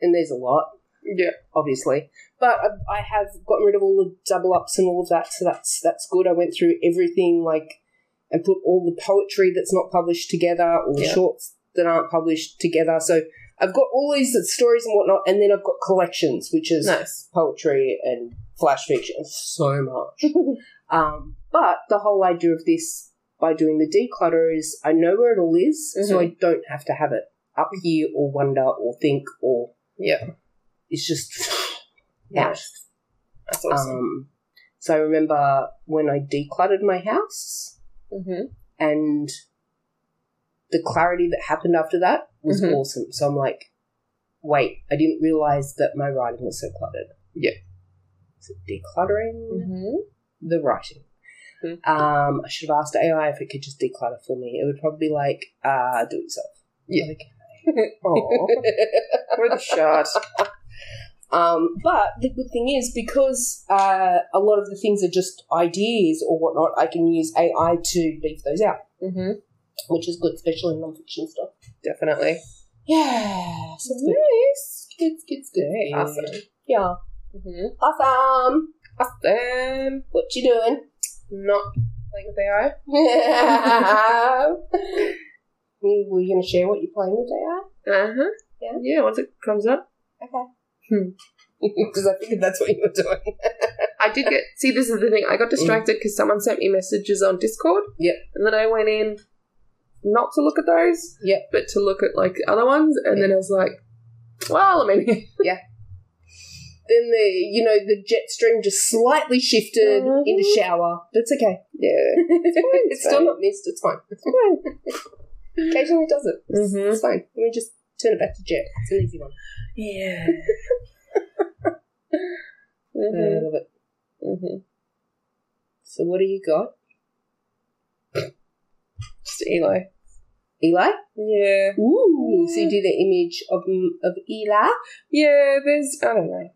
S1: and there's a lot,
S2: Yeah.
S1: obviously. But um, I, I have gotten rid of all the double ups and all of that, so that's that's good. I went through everything like and put all the poetry that's not published together, all the
S2: Yeah.
S1: shorts that aren't published together. So I've got all these stories and whatnot, and then I've got collections, which is
S2: Nice.
S1: poetry and flash fiction so much. um, but the whole idea of this by doing the declutter is I know where it all is, so
S2: Mm-hmm.
S1: I don't have to have it up here or wonder or think or
S2: Yeah.
S1: it's just out.
S2: Nice. That's awesome.
S1: Um, so I remember when I decluttered my house
S2: mm-hmm.
S1: and the clarity that happened after that was
S2: Mhm.
S1: awesome. So I'm like, wait, I didn't realize that my writing was so cluttered.
S2: Yeah.
S1: So decluttering
S2: Mm-hmm.
S1: the writing.
S2: Mhm.
S1: Um, I should have asked AI if it could just declutter for me. It would probably be like, uh, do it yourself.
S2: Yeah.
S1: Okay. Aw.
S2: What a shot.
S1: Um, but the good thing is because uh, a lot of the things are just ideas or whatnot, I can use AI to beef those out,
S2: Mm-hmm.
S1: which is good, especially in nonfiction stuff.
S2: Definitely.
S1: Yeah, so it's good.
S2: Nice.
S1: It's good, it's good.
S2: Awesome.
S1: Yeah,
S2: Mm-hmm.
S1: awesome.
S2: Awesome.
S1: What you doing?
S2: Not playing with AI.
S1: You- Were you going to share what you're playing with AI?
S2: Uh huh.
S1: Yeah.
S2: Yeah. Once it comes up,
S1: Because I figured that's what you were doing.
S2: I did get. See, this is the thing. I got distracted because someone sent me messages on Discord.
S1: Yep.
S2: And then I went in, not to look at those.
S1: Yep.
S2: But to look at like the other ones, and then I was like, well, I mean,
S1: Then the you know the jet stream just slightly shifted
S2: Mhm.
S1: into shower. That's okay.
S2: yeah.
S1: Mm-hmm. it's still
S2: fine.
S1: not missed. It's fine. It's fine. Mm-hmm. Occasionally it does it. It's,
S2: Mhm.
S1: it's fine. Let me just turn it back to jet. It's an easy one.
S2: Yeah.
S1: Yeah, I
S2: mm-hmm.
S1: love it.
S4: Mm.
S2: Mm-hmm.
S1: So what do you got?
S4: Just Eli.
S1: Eli?
S4: Yeah.
S1: Ooh. So you do the image of of Eli.
S4: Yeah, there's. I don't know.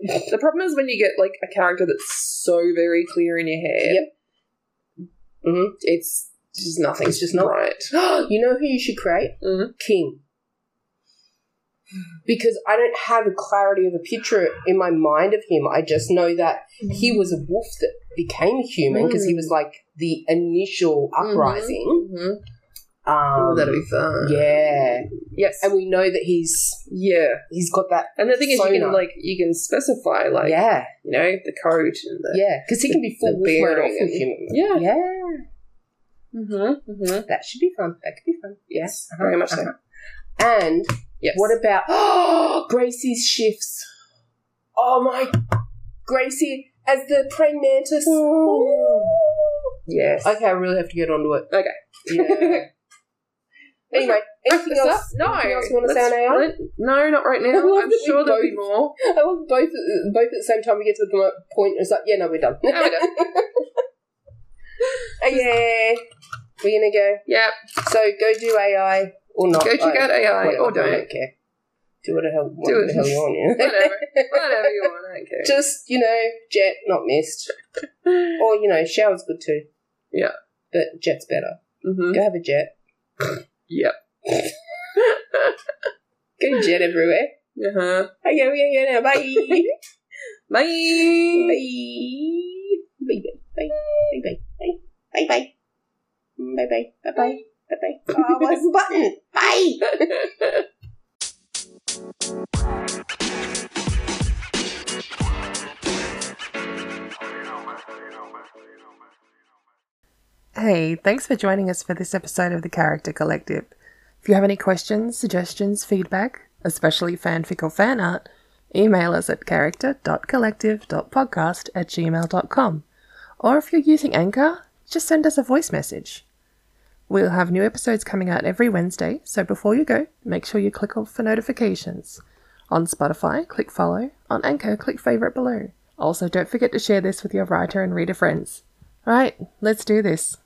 S4: the problem is when you get like a character that's so very clear in your head.
S1: Yep. Mm-hmm.
S4: hmm It's just nothing. It's just not right.
S1: you know who you should create?
S4: Mhm.
S1: King. Because I don't have a clarity of a picture in my mind of him. I just know that he was a wolf that became human because
S4: Mm.
S1: he was like the initial uprising.
S4: Mm-hmm.
S1: Um,
S4: oh, that'll be fun.
S1: yeah,
S4: Yes.
S1: and we know that he's
S4: yeah.
S1: he's got that.
S4: And the thing is, you
S1: Sonar.
S4: can like you can specify like
S1: yeah,
S4: you know the coat and the
S1: yeah, because he can be full
S4: the
S1: wolf mode or
S4: bearing
S1: full
S4: and-
S1: human. mode.
S4: yeah.
S1: yeah,
S4: Mm-hmm. Mm-hmm.
S1: that should be fun. That could be fun.
S4: Yes. Very much so.
S1: And
S4: Yes.
S1: Uh-huh. What about oh, Gracie's shifts? Oh my, Gracie as the praying mantis.
S4: yes.
S1: Okay, I really have to get onto it.
S4: Okay.
S1: Yeah. anyway,
S4: Wrap
S1: anything
S4: this
S1: else?
S4: up? No.
S1: Anything else you want to say
S4: Let's-
S1: on AI?
S4: let- No, not right
S1: I
S4: now.
S1: love
S4: I'm
S1: that we
S4: sure there'll be
S1: both-
S4: more.
S1: I love both both at the same time. We get to the mo- point. It's like, yeah, no, we're done. Oh,
S4: No, we don't.
S1: yeah, we're gonna go.
S4: yeah.
S1: So go do AI or not?
S4: Go check
S1: I-
S4: out AI
S1: whatever,
S4: or
S1: I
S4: don't.
S1: don't care. Do what the hell, what
S4: Do
S1: the
S4: it.
S1: hell you want. Yeah.
S4: Whatever. Whatever you want. I don't care.
S1: Just you know, jet not missed. Or, you know, shower's good too.
S4: Yeah.
S1: But jet's better.
S4: Mm-hmm.
S1: Go have a jet.
S4: Yep.
S1: Go jet everywhere.
S4: Uh huh.
S1: Okay, we're gonna go now. Bye.
S4: Bye.
S1: Bye. Bye. Bye. Bye. Bye. Bye. Bye. Bye. Bye. Bye. Bye. Bye. Bye. Bye. Oh, what's the button? Bye.
S2: Hey, thanks for joining us for this episode of the Character Collective. If you have any questions, suggestions, feedback, especially fanfic or fan art, email us at character.collective.podcast at gmail.com. Or if you're using Anchor, just send us a voice message. We'll have new episodes coming out every Wednesday, so before you go, make sure you click off for notifications. On Spotify, click follow. On Anchor, click favorite below. Also, don't forget to share this with your writer and reader friends. Right, let's do this.